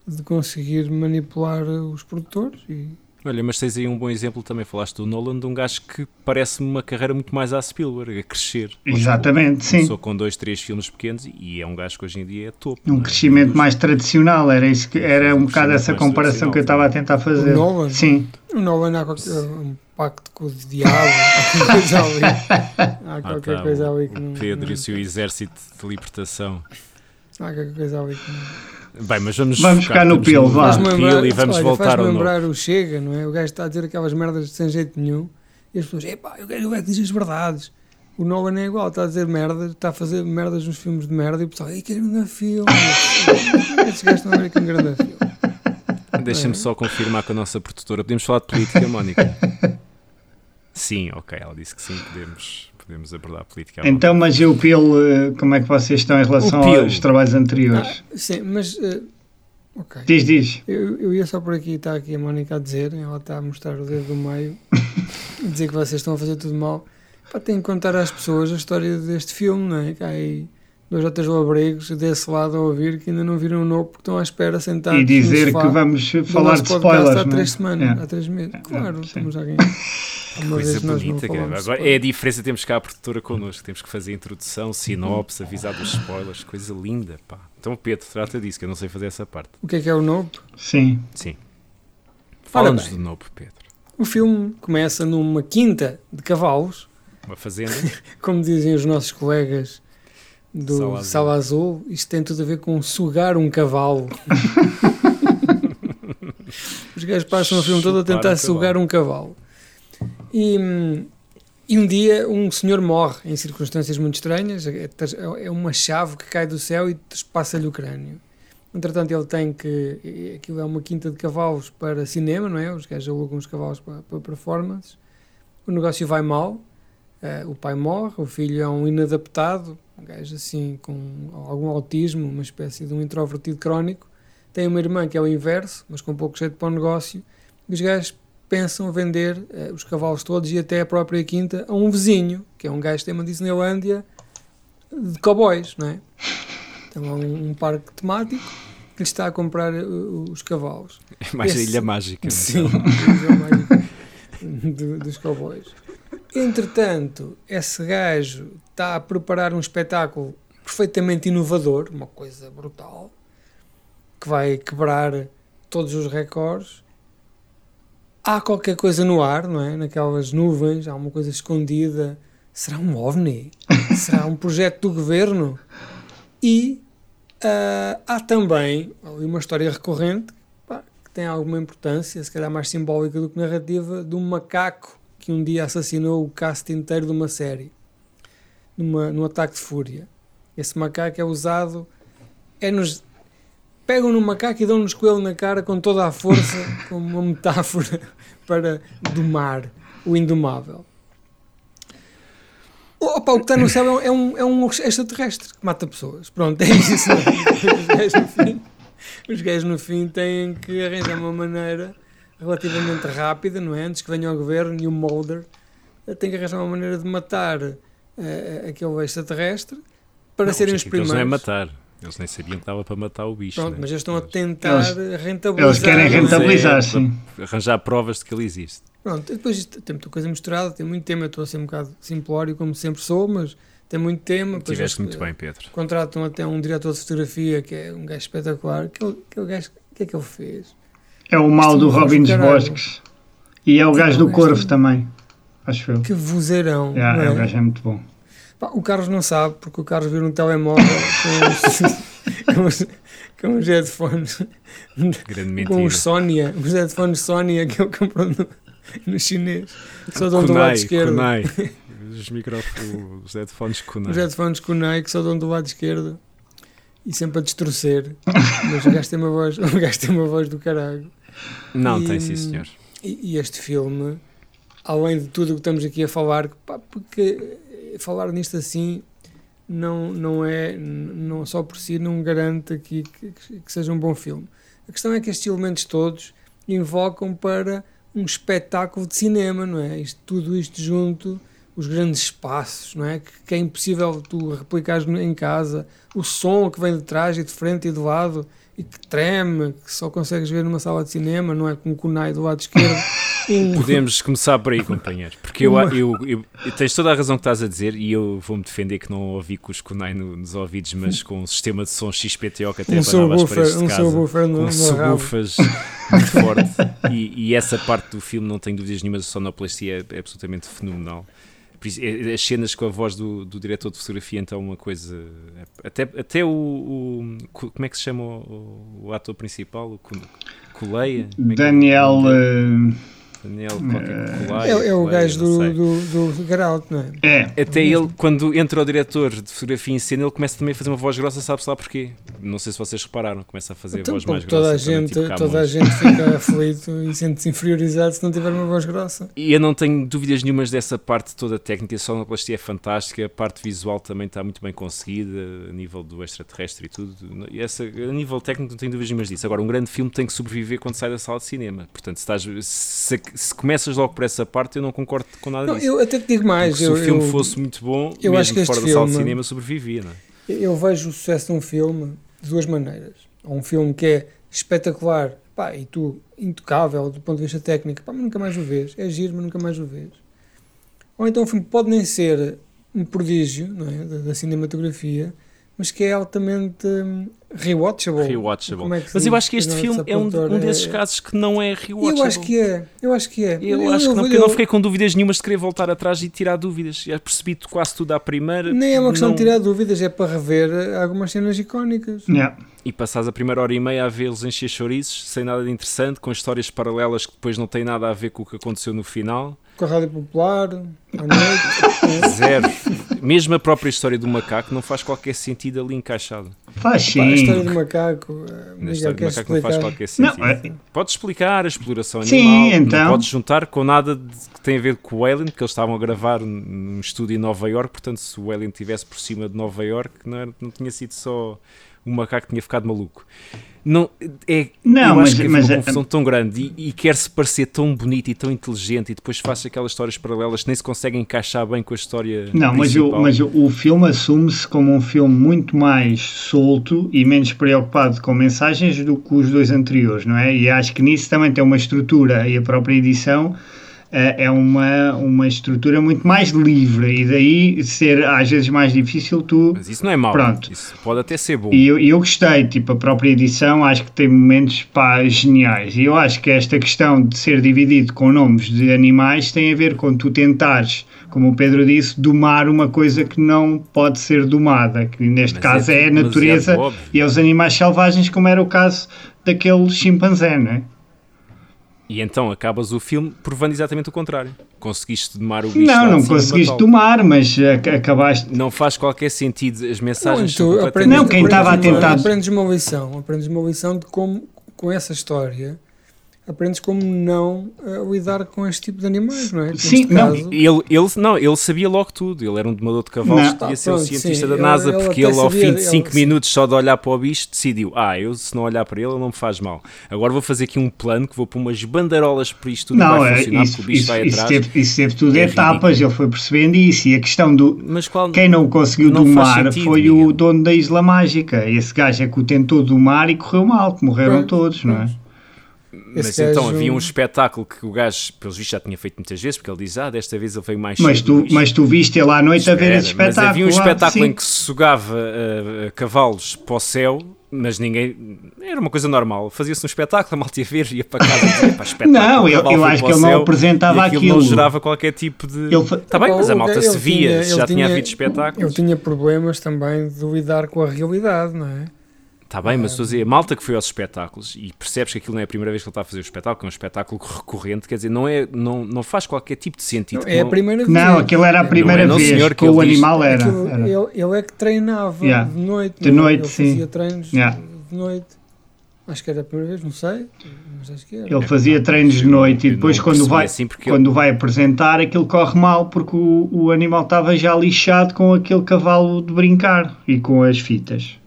Speaker 3: de conseguir manipular eh, os produtores e
Speaker 1: Olha, mas tens aí um bom exemplo também. Falaste do Nolan, de um gajo que parece-me uma carreira muito mais à Spielberg, a crescer.
Speaker 2: Exatamente, sim.
Speaker 1: Começou com dois, três filmes pequenos e é um gajo que hoje em dia é top. não
Speaker 2: Um
Speaker 1: é?
Speaker 2: crescimento mais tradicional, era, isso que, era
Speaker 1: Um
Speaker 2: um bocado
Speaker 1: crescimento
Speaker 2: essa
Speaker 1: mais
Speaker 2: comparação que eu
Speaker 1: tradicional.
Speaker 2: estava a tentar fazer.
Speaker 3: O Nolan?
Speaker 2: Sim,
Speaker 3: O Nolan há qualquer, um pacto com o diabo, há qualquer coisa ali. Há
Speaker 1: Ah,
Speaker 3: qualquer
Speaker 1: tá,
Speaker 3: coisa
Speaker 1: o,
Speaker 3: ali que não.
Speaker 1: o Pedro
Speaker 3: não- é?
Speaker 1: e o seu exército de libertação.
Speaker 3: Há qualquer coisa ali que não.
Speaker 1: Bem, mas vamos,
Speaker 2: Vamos
Speaker 1: focar,
Speaker 2: ficar no
Speaker 1: estamos
Speaker 2: Peel, vá.
Speaker 1: no
Speaker 3: Faz-me
Speaker 1: Peel e vamos
Speaker 3: olha,
Speaker 1: voltar
Speaker 3: faz-me
Speaker 1: ao novo.
Speaker 3: lembrar o Chega, não é? O gajo está a dizer aquelas merdas sem jeito nenhum e as pessoas, epá, o gajo, o gajo diz as verdades. O Nolan é igual, está a dizer merdas, está a fazer merdas nos filmes de merda e o pessoal, ei, que grande filme! Estes gajos estão a ver que é um grande filme.
Speaker 1: Deixa-me só confirmar com a nossa produtora. Podemos falar de política, Mónica? sim, ok. Ela disse que sim, podemos, podemos abordar a política. à
Speaker 2: então, mas e o Peel, eh, como é que vocês estão em relação
Speaker 1: É O Peel.
Speaker 2: aos trabalhos anteriores?
Speaker 3: Sim, mas. eh, ok.
Speaker 2: Diz, diz.
Speaker 3: Eu, eu ia só por aqui, está aqui a Mónica a dizer, ela está a mostrar o dedo do meio, a dizer que vocês estão a fazer tudo mal. Pá, tenho que contar às pessoas a história deste filme, não é? Que há aí dois ou três labregos desse lado a ouvir que ainda não viram o novo porque estão à espera sentados
Speaker 2: E dizer
Speaker 3: no sofá
Speaker 2: que vamos
Speaker 3: do
Speaker 2: falar
Speaker 3: nosso
Speaker 2: de
Speaker 3: podcast
Speaker 2: spoilers,
Speaker 3: Há
Speaker 2: não é?
Speaker 3: três semanas,
Speaker 2: É.
Speaker 3: há três meses. Claro,
Speaker 2: sim.
Speaker 3: estamos alguém.
Speaker 1: vontade. Coisa bonita. cara. Agora, é a diferença. Temos cá a produtora connosco. Temos que fazer a introdução, sinopse, avisar dos spoilers. Coisa linda, pá. Então, Pedro, trata disso, que eu não sei fazer essa parte.
Speaker 3: O que é que é o novo?
Speaker 2: Sim.
Speaker 1: Sim. Fala-nos
Speaker 3: bem.
Speaker 1: do Nope, Pedro.
Speaker 3: O filme começa numa quinta de cavalos
Speaker 1: Uma fazenda.
Speaker 3: como dizem os nossos colegas do
Speaker 1: Sala
Speaker 3: Sala
Speaker 1: Azul.
Speaker 3: Azul, isto tem tudo a ver com sugar um cavalo. os gajos passam o filme todo a
Speaker 1: Chupar
Speaker 3: tentar
Speaker 1: um
Speaker 3: sugar um cavalo. E, hum, e um dia um senhor morre em circunstâncias muito estranhas. É é uma chave que cai do céu e passa-lhe o crânio. Entretanto, ele tem que. Aquilo é uma quinta de cavalos para cinema, não é? Os gajos alugam os cavalos para, para performances. O negócio vai mal. eh, o pai morre, o filho é um inadaptado, um gajo assim com algum autismo, uma espécie de um introvertido crónico. Tem uma irmã que é o inverso, mas com pouco jeito para o negócio. E os gajos pensam vender eh, os cavalos todos e até a própria quinta a um vizinho, que é um gajo que tem uma Disneylândia de cowboys, não é? Então é um, um parque temático que lhe está a comprar eh, os cavalos.
Speaker 1: É mais a
Speaker 3: Esse-
Speaker 1: Ilha Mágica.
Speaker 3: Sim,
Speaker 1: Sim.
Speaker 3: é o mágico do- dos cowboys. Entretanto, esse gajo está a preparar um espetáculo perfeitamente inovador, uma coisa brutal, que vai quebrar todos os recordes. Há qualquer coisa no ar, não é? Naquelas nuvens, há uma coisa escondida. Será um OVNI? Será um projeto do governo? E ah, há também ali uma história recorrente pá, que tem alguma importância, se calhar mais simbólica do que narrativa, de um macaco que um dia assassinou o cast inteiro de uma série, numa, num ataque de fúria. Esse macaco é usado, é nos pegam no macaco e dão-nos com ele na cara com toda a força, como uma metáfora para domar o indomável. Opa, o que está no céu é um- é um, é um extraterrestre que mata pessoas. Pronto, é isso. Os gajos no fim, os gajos no fim têm que arranjar uma maneira relativamente rápida, não é? Antes que venha o governo e o Mulder eh, têm que arranjar uma maneira de matar eh, aquele extraterrestre para
Speaker 1: Não,
Speaker 3: serem os
Speaker 1: isto aqui eles
Speaker 3: primeiros.
Speaker 1: não é matar. Eles nem sabiam que estava para matar o bicho.
Speaker 3: Pronto,
Speaker 1: né?
Speaker 3: mas eles estão a
Speaker 1: Eles-
Speaker 3: tentar rentabilizar.
Speaker 2: Eles querem
Speaker 3: não é?
Speaker 2: rentabilizar,
Speaker 1: é,
Speaker 2: sim.
Speaker 1: Arranjar provas de que ele existe.
Speaker 3: Pronto, e depois isto tem muita coisa misturada, tem muito tema. Eu estou a ser um bocado simplório, como sempre sou, mas tem muito tema. depois
Speaker 1: Tiveste
Speaker 3: eles,
Speaker 1: muito
Speaker 3: eh,
Speaker 1: bem, Pedro.
Speaker 3: Contratam até um diretor de fotografia que é um gajo espetacular. Aquele, aquele gajo, o que é que ele fez?
Speaker 2: É o mal
Speaker 3: Isto
Speaker 2: do
Speaker 3: não faz
Speaker 2: Robin dos
Speaker 3: caralho.
Speaker 2: Bosques. E é o gajo do
Speaker 3: Não,
Speaker 2: Corvo
Speaker 3: isto-
Speaker 2: também. Acho eu.
Speaker 3: Que vozeirão!
Speaker 2: Yeah, é,
Speaker 3: não
Speaker 2: o
Speaker 3: é?
Speaker 2: gajo é muito bom.
Speaker 3: Pá, o Carlos não sabe, porque o Carlos viu um telemóvel com os, com os, com os headphones
Speaker 1: Grande
Speaker 3: com os
Speaker 1: mentira.
Speaker 3: Sonia, os headphones Sonia que ele comprou no, no chinês. Só dão do um lado
Speaker 1: Kunai,
Speaker 3: esquerdo.
Speaker 1: Kunai. Os, microfones, os headphones Kunai.
Speaker 3: Os headphones com o Nike só dão do lado esquerdo e sempre a distorcer. Mas o gajo tem uma voz, o gajo tem uma voz do caralho.
Speaker 1: Não,
Speaker 3: E-
Speaker 1: tem sim, senhor.
Speaker 3: E, e este filme, além de tudo o que estamos aqui a falar, pá, porque eh, falar nisto assim não, não é, n- não só por si, não garante aqui que, que- que seja um bom filme. A questão é que estes elementos todos invocam para um espetáculo de cinema, não é? Isto, tudo isto junto, os grandes espaços, não é? Que, que é impossível tu replicares no- em casa, o som que vem de trás e de frente e de lado, e que treme, que só consegues ver numa sala de cinema, não é? Com o kunai do lado esquerdo. Um-
Speaker 1: Podemos começar por aí, companheiros, porque eu,
Speaker 3: Uma-
Speaker 1: eu, eu- eu- tens toda a razão que estás a dizer e eu vou-me defender que não ouvi com os Kunai no- nos ouvidos, mas com um sistema de som XPTO que até
Speaker 3: um
Speaker 1: abanava as paredes
Speaker 3: subwoofer,
Speaker 1: de
Speaker 3: um
Speaker 1: casa,
Speaker 3: subwoofer no,
Speaker 1: com
Speaker 3: no rabo.
Speaker 1: subwoofers muito forte e, e essa parte do filme não tenho dúvidas nenhuma, a sonoplastia é, é absolutamente fenomenal. Por isso, é- é- As cenas com a voz do, do diretor de fotografia, então, uma coisa. Até, até o, o- co- Como é que se chama o, o ator principal? O Cu- Culeia? Como é que é?
Speaker 2: Daniel. eh,
Speaker 1: Daniel, qualquer
Speaker 3: É,
Speaker 1: Culeia,
Speaker 3: é o
Speaker 1: Culeia,
Speaker 3: gajo
Speaker 1: não sei.
Speaker 3: do, do, do Geralt, não é?
Speaker 2: é,
Speaker 1: Até ele, quando entra o diretor de fotografia em cena, ele começa também a fazer uma voz grossa, sabe-se lá porquê. Não sei se vocês repararam, começa a fazer
Speaker 3: Então,
Speaker 1: voz
Speaker 3: pô,
Speaker 1: mais
Speaker 3: toda,
Speaker 1: grossa.
Speaker 3: a
Speaker 1: também,
Speaker 3: gente,
Speaker 1: tipo
Speaker 3: toda a
Speaker 1: Camões.
Speaker 3: gente fica aflito e sente-se inferiorizado se não tiver uma voz grossa.
Speaker 1: E eu não tenho dúvidas nenhumas dessa parte toda técnica, a sonoplastia é fantástica, a parte visual também está muito bem conseguida, a nível do extraterrestre e tudo. E Essa, a nível técnico não tenho dúvidas nenhumas disso. Agora, um grande filme tem que sobreviver quando sai da sala de cinema. Portanto, se, estás- se- se começas logo por essa parte, eu não concordo com nada
Speaker 3: Não,
Speaker 1: disso.
Speaker 3: eu até te digo
Speaker 1: Porque
Speaker 3: mais.
Speaker 1: se
Speaker 3: Eu,
Speaker 1: o filme
Speaker 3: eu-
Speaker 1: fosse muito bom,
Speaker 3: eu
Speaker 1: mesmo
Speaker 3: acho que este
Speaker 1: fora da sala de
Speaker 3: filme-
Speaker 1: cinema sobrevivia, não é?
Speaker 3: Eu vejo o sucesso de um filme de duas maneiras. Há um filme que é espetacular pá, e tu, intocável do ponto de vista técnico, pá, mas nunca mais o vês. É giro, mas nunca mais o vês. Ou então o filme pode nem ser um prodígio não é, da, da cinematografia, mas que é altamente hum, rewatchable.
Speaker 1: Rewatchable.
Speaker 3: Como é que se
Speaker 1: Mas eu
Speaker 3: diz?
Speaker 1: acho que este
Speaker 3: Não,
Speaker 1: filme é um, de-
Speaker 3: desapontor,
Speaker 1: um desses
Speaker 3: é-
Speaker 1: casos que não é rewatchable.
Speaker 3: Eu acho que é, eu acho que é.
Speaker 1: Eu acho que não, porque eu
Speaker 3: eu-
Speaker 1: não fiquei com dúvidas nenhumas de querer voltar atrás e tirar dúvidas. Já percebi tu- quase tudo à primeira.
Speaker 3: Nem é uma questão
Speaker 1: não-
Speaker 3: de tirar dúvidas, é para rever eh, algumas cenas icónicas.
Speaker 2: yeah.
Speaker 1: E passares a primeira hora e meia a vê-los encher chouriços, sem nada de interessante, com histórias paralelas que depois não têm nada a ver com o que aconteceu no final.
Speaker 3: Com a Rádio Popular, à noite.
Speaker 1: Zero. Mesmo a própria história do macaco não faz qualquer sentido ali encaixada.
Speaker 2: faz
Speaker 3: Pá, a história
Speaker 2: sim.
Speaker 3: do macaco. eh,
Speaker 1: Na
Speaker 3: Miguel,
Speaker 1: história do
Speaker 3: queres
Speaker 1: macaco não faz
Speaker 3: explicar?
Speaker 1: qualquer
Speaker 2: Não,
Speaker 1: sentido.
Speaker 2: é-
Speaker 1: Podes explicar a exploração
Speaker 2: Sim,
Speaker 1: animal,
Speaker 2: então.
Speaker 1: não podes juntar com nada de- que tem a ver com o Alien, porque eles estavam a gravar num estúdio em Nova York, portanto se o Alien estivesse por cima de Nova York não, era- não tinha sido só um macaco que tinha ficado maluco. Não, é,
Speaker 2: Não,
Speaker 1: eu
Speaker 2: mas-
Speaker 1: acho que havia
Speaker 2: mas
Speaker 1: uma
Speaker 2: é-
Speaker 1: confusão tão grande e, e quer-se parecer tão bonito e tão inteligente e depois faz aquelas histórias paralelas que nem se conseguem encaixar bem com a história
Speaker 2: Não, mas, o,
Speaker 1: principal.
Speaker 2: mas o- o filme assume-se como um filme muito mais solto e menos preocupado com mensagens do que os dois anteriores, não é? E acho que nisso também tem uma estrutura e a própria edição eh, é uma, uma estrutura muito mais livre e daí ser às vezes mais difícil tu
Speaker 1: Mas isso não é mau,
Speaker 2: Pronto.
Speaker 1: isso pode até ser bom.
Speaker 2: E eu, e eu gostei, tipo, a própria edição acho que tem momentos pá, geniais. E eu acho que esta questão de ser dividido com nomes de animais tem a ver com tu tentares, como o Pedro disse, domar uma coisa que não pode ser domada, que neste
Speaker 1: Mas
Speaker 2: caso
Speaker 1: é
Speaker 2: é, a
Speaker 1: demasiado
Speaker 2: natureza
Speaker 1: óbvio.
Speaker 2: e é os animais selvagens, como era o caso daquele chimpanzé, não é?
Speaker 1: E então acabas o filme provando exatamente o contrário. Conseguiste domar o bicho. lá
Speaker 2: Não,
Speaker 1: de
Speaker 2: não
Speaker 1: cima e
Speaker 2: conseguiste
Speaker 1: matá-lo.
Speaker 2: domar, mas ac- acabaste.
Speaker 1: Não faz qualquer sentido. As mensagens
Speaker 3: Não, então,
Speaker 1: são
Speaker 3: tu
Speaker 1: completamente...
Speaker 3: aprendes-
Speaker 2: Não, quem estava a
Speaker 3: aprendes uma-
Speaker 2: tentar-
Speaker 3: Aprendes uma lição, aprendes uma lição de como, com essa história, aprendes como não eh, lidar com este tipo de animais, não é? Que neste
Speaker 2: Sim, não,
Speaker 3: caso-
Speaker 1: Ele, ele, não, ele sabia logo tudo. Ele era um domador de cavalos,
Speaker 2: Não.
Speaker 1: podia
Speaker 3: Tá,
Speaker 1: ser um
Speaker 3: pronto,
Speaker 1: cientista
Speaker 3: sim,
Speaker 1: da
Speaker 3: ele-
Speaker 1: NASA,
Speaker 3: ele
Speaker 1: porque
Speaker 3: até
Speaker 1: ele, ao
Speaker 3: sabia-
Speaker 1: fim de
Speaker 3: ele-
Speaker 1: 5
Speaker 3: sim.
Speaker 1: minutos só de olhar para o bicho, decidiu: Ah, eu se não olhar para ele, ele não me faz mal. Agora vou fazer aqui um plano que vou pôr umas bandeirolas por isto tudo e
Speaker 2: Não,
Speaker 1: vai
Speaker 2: é,
Speaker 1: funcionar
Speaker 2: isso,
Speaker 1: porque o bicho
Speaker 2: isso,
Speaker 1: vai
Speaker 2: isso,
Speaker 1: atrás.
Speaker 2: teve, isso teve tudo
Speaker 1: É
Speaker 2: etapas, ele foi percebendo isso. E a questão do,
Speaker 1: Mas qual.
Speaker 2: Quem não o conseguiu
Speaker 1: Não faz
Speaker 2: domar
Speaker 1: sentido,
Speaker 2: foi
Speaker 1: Miguel.
Speaker 2: o dono da Isla Mágica. Esse gajo é que o tentou domar e correu mal, que morreram
Speaker 3: Pois,
Speaker 2: todos, não é?
Speaker 3: pois.
Speaker 1: Mas
Speaker 3: Esse
Speaker 1: então
Speaker 3: gajo-
Speaker 1: havia um espetáculo que o gajo, pelos vistos, já tinha feito muitas vezes, porque ele diz: Ah, desta vez ele veio mais
Speaker 2: Mas
Speaker 1: cedo,
Speaker 2: tu,
Speaker 1: Luís."
Speaker 2: mas tu viste ele à noite a ver
Speaker 1: Era,
Speaker 2: esse espetáculo.
Speaker 1: Mas havia um
Speaker 2: lá,
Speaker 1: espetáculo
Speaker 2: sim.
Speaker 1: em que se sugava uh, uh, cavalos para o céu, mas ninguém. Era uma coisa normal. Fazia-se um espetáculo, a malta ia ver, ia para casa, ia para espetáculo.
Speaker 2: Não,
Speaker 1: o
Speaker 2: eu-
Speaker 1: cavalo
Speaker 2: eu
Speaker 1: foi para
Speaker 2: acho que
Speaker 1: o
Speaker 2: ele não
Speaker 1: céu,
Speaker 2: apresentava
Speaker 1: e
Speaker 2: aquilo.
Speaker 1: não gerava qualquer tipo de.
Speaker 2: Ele fa-
Speaker 1: Está bem, mas a
Speaker 3: Ele-
Speaker 1: malta
Speaker 3: ele
Speaker 1: se via,
Speaker 3: tinha-
Speaker 1: se já
Speaker 3: ele
Speaker 1: tinha
Speaker 3: tinha-
Speaker 1: havido
Speaker 3: Ele
Speaker 1: espetáculos.
Speaker 3: tinha problemas também de lidar com a realidade, não é?
Speaker 1: Está Tá bem, mas estou a dizer, a malta que foi aos espetáculos e percebes que aquilo não é a primeira vez que ele está a fazer o espetáculo, que é um espetáculo recorrente, quer dizer, não, é, não, não faz qualquer tipo de sentido.
Speaker 3: É a
Speaker 1: Não-
Speaker 3: primeira vez.
Speaker 2: Não, aquilo era a primeira
Speaker 1: não,
Speaker 2: vez
Speaker 1: senhor, que
Speaker 2: com o
Speaker 1: ele diz-
Speaker 2: animal era.
Speaker 3: Aquilo-
Speaker 2: era.
Speaker 3: Ele, ele é que treinava
Speaker 2: Yeah.
Speaker 3: de noite.
Speaker 2: De
Speaker 3: não é?
Speaker 2: noite,
Speaker 3: ele
Speaker 2: sim.
Speaker 3: fazia treinos
Speaker 2: Yeah.
Speaker 3: de noite. Acho que era a primeira vez, não sei. Mas acho que era.
Speaker 2: Ele fazia treinos de noite e
Speaker 1: Eu
Speaker 2: depois
Speaker 1: não
Speaker 2: quando
Speaker 1: percebi
Speaker 2: vai,
Speaker 1: assim porque
Speaker 2: quando vai apresentar aquilo corre mal porque o, o animal estava já lixado com aquele cavalo de brincar e com as fitas.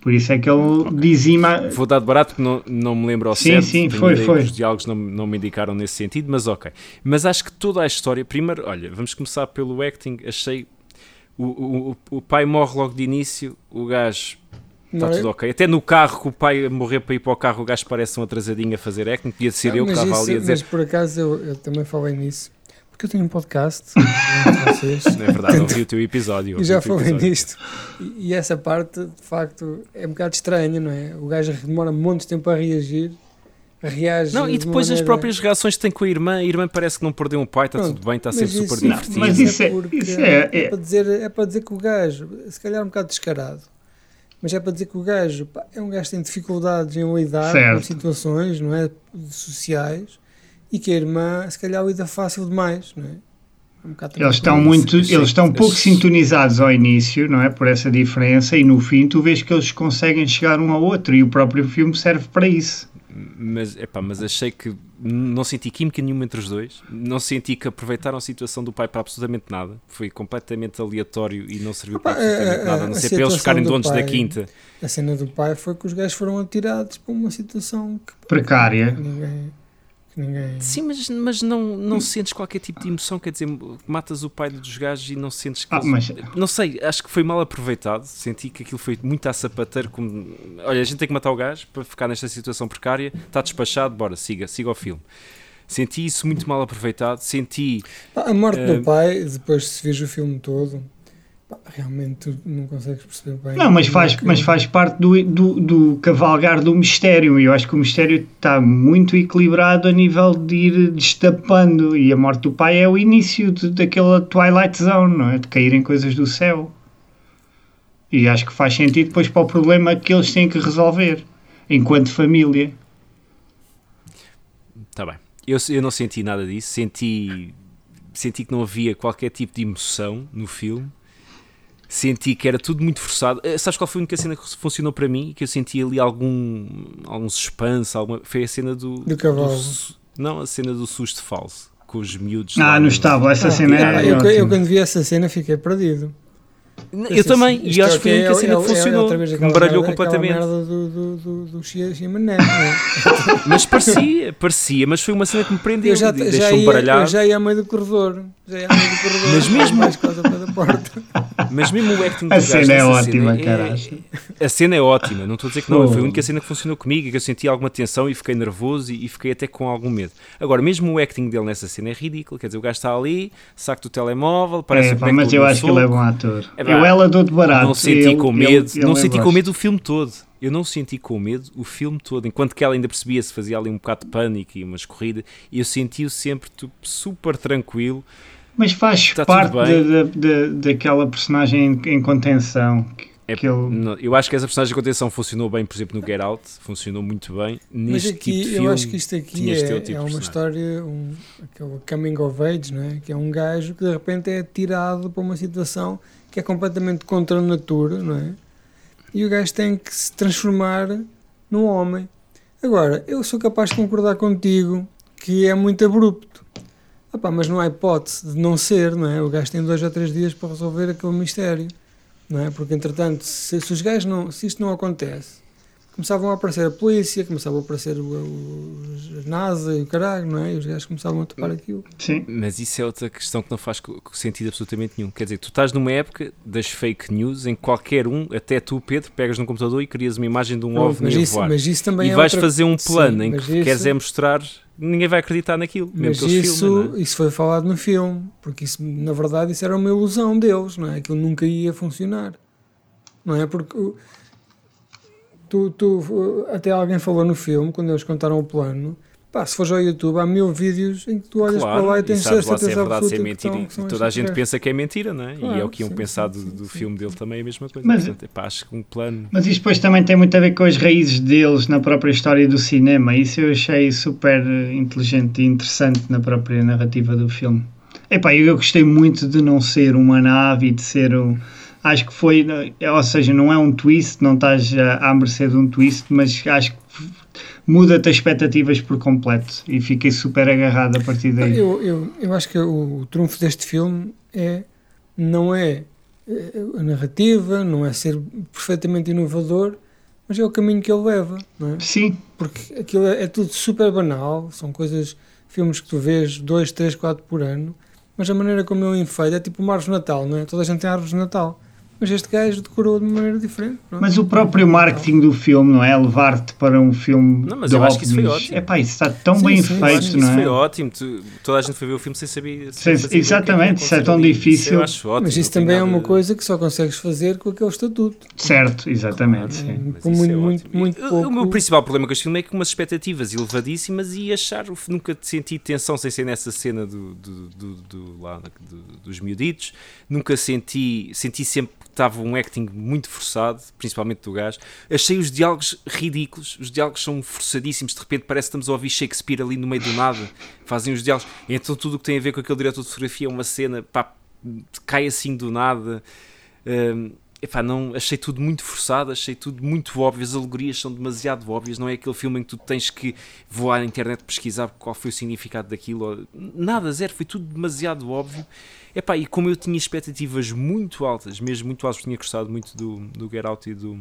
Speaker 2: Por isso é que ele dizima
Speaker 1: Vou dar de barato porque não, não me lembro ao
Speaker 2: Sim,
Speaker 1: certo.
Speaker 2: sim,
Speaker 1: tenho
Speaker 2: foi,
Speaker 1: ideia
Speaker 2: foi.
Speaker 1: que Os diálogos não, não me indicaram nesse sentido, mas ok. Mas acho que toda a história. Primeiro, olha, vamos começar pelo acting. Achei. O, o, o- o pai morre logo de início, o gajo Está
Speaker 3: Não é?
Speaker 1: tudo ok. Até no carro que o pai morrer para ir para o carro, o gajo parece um atrasadinho a fazer acting. Podia ser
Speaker 3: Não,
Speaker 1: eu que
Speaker 3: Ah, mas
Speaker 1: estava
Speaker 3: isso- é
Speaker 1: ali a dizer.
Speaker 3: Mas por acaso eu, eu também falei nisso, porque eu tenho um podcast com vocês,
Speaker 1: Não é verdade, ouvi o teu episódio.
Speaker 3: e já
Speaker 1: ouvi o teu
Speaker 3: falei
Speaker 1: episódio.
Speaker 3: nisto. E, e essa parte, de facto, é um bocado estranha, não é? O gajo demora muito tempo a reagir, reage.
Speaker 1: Não, e
Speaker 3: de
Speaker 1: depois as
Speaker 3: maneira-
Speaker 1: próprias reações que tem com a irmã. A irmã parece que não perdeu um pai, está
Speaker 3: Pronto,
Speaker 1: tudo bem, está
Speaker 3: mas
Speaker 1: sempre
Speaker 3: isso-
Speaker 1: super
Speaker 3: Não,
Speaker 1: divertido.
Speaker 2: mas isso é-
Speaker 3: porque
Speaker 2: isso é- é-
Speaker 3: para dizer, é para dizer que o gajo, se calhar um bocado descarado, mas é para dizer que o gajo pá, é um gajo que tem dificuldades em lidar com
Speaker 2: Certo.
Speaker 3: situações não é, sociais e que a irmã se calhar lida fácil demais, não é? É um bocado também
Speaker 2: Eles estão
Speaker 3: por isso.
Speaker 2: muito,
Speaker 1: esse-
Speaker 2: eles estão
Speaker 1: esse-
Speaker 2: pouco sintonizados ao início, não é? Por essa diferença, e no fim tu vês que eles conseguem chegar um ao outro, e o próprio filme serve para isso.
Speaker 1: Mas, epá, mas achei que n- não senti química nenhuma entre os dois, não senti que aproveitaram a situação do pai para absolutamente nada, foi completamente aleatório e não serviu para
Speaker 3: Opa, é,
Speaker 1: absolutamente
Speaker 3: é,
Speaker 1: nada, a não
Speaker 3: a
Speaker 1: ser para eles
Speaker 3: situação
Speaker 1: ficarem
Speaker 3: do
Speaker 1: donos da
Speaker 3: pai-
Speaker 1: quinta.
Speaker 3: A cena do pai foi que os gajos foram atirados para uma situação que
Speaker 2: Precária.
Speaker 3: ninguém. Que ninguém...
Speaker 1: Sim, mas, mas não, não sentes qualquer tipo de emoção, quer dizer, matas o pai dos gajos e não sentes que.
Speaker 2: Ah,
Speaker 1: eles-
Speaker 2: mas-
Speaker 1: Não sei, acho que foi mal aproveitado, senti que aquilo foi muito a sapateiro. Como... Olha, a gente tem que matar o gajo para ficar nesta situação precária, está despachado, bora, siga, siga o filme. Senti isso muito mal aproveitado, senti.
Speaker 3: Pá, A morte
Speaker 1: Eh,
Speaker 3: do pai, depois se vês o filme todo, pá, realmente tu não consegues perceber bem.
Speaker 2: Não, mas
Speaker 3: como é
Speaker 2: faz,
Speaker 3: que-
Speaker 2: mas faz parte do, do, do cavalgar do mistério, e eu acho que o mistério está muito equilibrado a nível de ir destapando, e a morte do pai é o início de, daquela Twilight Zone, não é? De caírem coisas do céu. E acho que faz sentido depois para o problema que eles têm que resolver, enquanto família.
Speaker 1: Tá bem. Eu, eu não senti nada disso, senti, senti que não havia qualquer tipo de emoção no filme. Senti que era tudo muito forçado. Eh, Sabes qual foi a única cena que funcionou para mim? Que eu senti ali algum, algum suspense. Alguma... Foi a cena do.
Speaker 3: Do cavalo.
Speaker 1: su- não, a cena do susto falso. Com os miúdos. lá
Speaker 2: Ah, no estábulo, essa
Speaker 3: Ah,
Speaker 2: cena
Speaker 3: pá,
Speaker 2: era
Speaker 3: eu, eu
Speaker 2: ótima.
Speaker 3: quando vi essa cena fiquei perdido.
Speaker 1: N- Eu,
Speaker 3: Pensei
Speaker 1: também.
Speaker 3: assim,
Speaker 1: E
Speaker 3: isto
Speaker 1: acho que foi a
Speaker 3: ok,
Speaker 1: única cena que
Speaker 3: outra
Speaker 1: funcionou.
Speaker 3: vez
Speaker 1: que me
Speaker 3: aquela
Speaker 1: baralhou
Speaker 3: merda- aquela
Speaker 1: completamente.
Speaker 3: merda do, do, do, do Xi- Ximané, não é?
Speaker 1: Mas parecia, parecia. Mas foi uma cena que me prendeu.
Speaker 3: Eu já,
Speaker 1: de-
Speaker 3: já,
Speaker 1: Deixou-me
Speaker 3: ia, eu
Speaker 1: baralhar.
Speaker 3: já ia a meio do corredor. Já ia a meio do corredor.
Speaker 1: um Mas mesmo-
Speaker 3: Mais quase ao pé da porta.
Speaker 1: Mas mesmo o acting do
Speaker 2: A
Speaker 1: gajo
Speaker 2: cena é
Speaker 1: nessa
Speaker 2: ótima,
Speaker 1: é-
Speaker 2: caralho.
Speaker 1: A cena é ótima, não estou a dizer que não,
Speaker 2: Fogo.
Speaker 1: foi a única cena que funcionou comigo e que eu senti alguma tensão e fiquei nervoso e, e fiquei até com algum medo. Agora, mesmo o acting dele nessa cena é ridículo, quer dizer, o gajo está ali, saco do telemóvel, parece
Speaker 2: É,
Speaker 1: um
Speaker 2: pá,
Speaker 1: boneco
Speaker 2: mas eu
Speaker 1: do
Speaker 2: acho que ele é bom ator.
Speaker 1: É, pá,
Speaker 2: eu ela dou de barato.
Speaker 1: Não senti
Speaker 2: ele-
Speaker 1: com
Speaker 2: ele-
Speaker 1: medo,
Speaker 2: ele
Speaker 1: não
Speaker 2: é
Speaker 1: senti com
Speaker 2: baixo.
Speaker 1: medo o filme todo. Eu não senti com medo o filme todo, enquanto que ela ainda percebia se fazia ali um bocado de pânico e uma escorrida, e eu senti-o sempre tu- super tranquilo.
Speaker 2: Mas faz
Speaker 1: Está Tá tudo
Speaker 2: parte
Speaker 1: bem.
Speaker 2: da- da- da- daquela personagem em, em contenção. que-
Speaker 1: É-
Speaker 2: que ele-
Speaker 1: não, eu acho que essa personagem de contenção funcionou bem, por exemplo, no Get Out, funcionou muito bem.
Speaker 3: Mas
Speaker 1: Neste
Speaker 3: aqui,
Speaker 1: tipo de
Speaker 3: eu
Speaker 1: filme,
Speaker 3: acho que isto aqui
Speaker 1: tinha
Speaker 3: é,
Speaker 1: este teu tipo
Speaker 3: é
Speaker 1: de
Speaker 3: uma
Speaker 1: personagem.
Speaker 3: história, um, aquele coming of age, não é? Que é um gajo que de repente é tirado para uma situação que é completamente contra a natura, não é? E o gajo tem que se transformar num homem. Agora, eu sou capaz de concordar contigo que é muito abrupto. Ah pá, mas não há hipótese de não ser, não é? O gajo tem dois ou três dias para resolver aquele mistério, não é? Porque, entretanto, se, se os gajos não, se isto não acontece, começavam a aparecer a polícia, começavam a aparecer o, o, a NASA e o caralho, não é? E os gajos começavam a topar
Speaker 1: Hum,
Speaker 3: aquilo.
Speaker 2: Sim.
Speaker 1: Mas isso é outra questão que não faz co- co- sentido absolutamente nenhum. Quer dizer, tu estás numa época das fake news em que qualquer um, até tu, Pedro, pegas no computador e crias uma imagem de um
Speaker 3: Pronto,
Speaker 1: OVNI
Speaker 3: Oh, mas,
Speaker 1: a
Speaker 3: isso,
Speaker 1: voar.
Speaker 3: mas isso também
Speaker 1: e
Speaker 3: é
Speaker 1: vais
Speaker 3: outra...
Speaker 1: fazer um
Speaker 3: Sim,
Speaker 1: plano em que
Speaker 3: mas isso-
Speaker 1: queres é mostrar, ninguém vai acreditar naquilo,
Speaker 3: Mas
Speaker 1: mesmo que eles
Speaker 3: isso,
Speaker 1: filmem. não é?
Speaker 3: isso foi falado no filme, porque isso, na verdade, isso era uma ilusão deles, não é? Aquilo nunca ia funcionar, não é? Porque o- tu, tu- até alguém falou no filme, quando eles contaram o plano, pá, se fores ao YouTube, há mil vídeos em que tu olhas para lá e
Speaker 1: Claro, e
Speaker 3: tens
Speaker 1: sabes lá
Speaker 3: certeza
Speaker 1: se é verdade, se
Speaker 3: absoluta
Speaker 1: é
Speaker 3: que
Speaker 1: mentira.
Speaker 3: estão-
Speaker 1: e
Speaker 3: que são
Speaker 1: toda a gente
Speaker 3: extraterrestres.
Speaker 1: pensa que é mentira, não é? e é o
Speaker 3: Claro,
Speaker 1: que iam
Speaker 3: sim,
Speaker 1: pensar do,
Speaker 3: sim,
Speaker 1: do
Speaker 3: sim,
Speaker 1: filme dele também, é a mesma coisa.
Speaker 2: Mas-
Speaker 1: Portanto, epá, acho que um plano.
Speaker 2: Mas isso depois também tem muito a ver com as raízes deles na própria história do cinema. Isso eu achei super eh, inteligente e interessante na própria narrativa do filme. Epá, eu, eu gostei muito de não ser uma nave e de ser um. Acho que foi. eh, Ou seja, não é um twist, não estás eh, à mercê de um twist, mas acho que muda-te as expectativas por completo. E fiquei super agarrado a partir daí.
Speaker 3: Eu, eu, eu acho que o, o trunfo deste filme é não é eh, a narrativa, não é ser perfeitamente inovador, mas é o caminho que ele leva, não é?
Speaker 2: Sim,
Speaker 3: Porque aquilo é, é tudo super banal, são coisas, filmes que tu vês dois, três, quatro por ano, mas a maneira como ele enfeita é tipo uma árvore de Natal, não é? Toda a gente tem árvores de Natal. Mas este gajo decorou de uma maneira diferente. é? pronto.
Speaker 2: Mas o próprio marketing do filme, não é? Levar-te para um filme
Speaker 1: Não, mas
Speaker 2: de
Speaker 1: eu acho que isso foi
Speaker 2: ovnis.
Speaker 1: ótimo.
Speaker 2: Epá, isso está tão
Speaker 3: Sim,
Speaker 2: bem
Speaker 3: sim,
Speaker 1: Eu acho
Speaker 2: feito,
Speaker 1: que
Speaker 2: não
Speaker 1: isso
Speaker 2: é?
Speaker 1: foi ótimo. Tu- toda a gente foi ver o filme sem saber. sem
Speaker 2: Sim,
Speaker 1: fazer o que é que
Speaker 2: exatamente,
Speaker 1: ia
Speaker 2: isso é
Speaker 1: acontecer
Speaker 2: tão
Speaker 1: ali.
Speaker 2: difícil.
Speaker 1: eu acho ótimo,
Speaker 3: Mas isso
Speaker 1: não tem
Speaker 3: também é
Speaker 1: nada-
Speaker 3: uma coisa que só consegues fazer com aquele estatuto.
Speaker 2: Certo, exatamente,
Speaker 3: Claro.
Speaker 2: sim.
Speaker 1: Mas
Speaker 3: Com
Speaker 1: isso
Speaker 3: muito,
Speaker 1: é
Speaker 3: Hum, muito,
Speaker 1: ótimo.
Speaker 3: muito
Speaker 1: E- O
Speaker 3: pouco-
Speaker 1: meu principal problema com este filme é que umas expectativas elevadíssimas e achar o f- nunca te senti tensão sem ser nessa cena do, do, do- do- lá, do- dos miuditos, nunca senti, senti sempre que estava um acting muito forçado, principalmente do gajo. Achei os diálogos ridículos, os diálogos são forçadíssimos, de repente parece que estamos a ouvir Shakespeare ali no meio do nada, fazem os diálogos. Então tudo o que tem a ver com aquele diretor de fotografia é uma cena, pá, cai assim do nada. Hum, epá, não, achei tudo muito forçado, achei tudo muito óbvio, as alegorias são demasiado óbvias, não é aquele filme em que tu tens que voar à internet pesquisar qual foi o significado daquilo, ou- nada, zero, foi tudo demasiado óbvio. Epá, e como eu tinha expectativas muito altas, mesmo muito altas, tinha gostado muito do, do Get Out e do,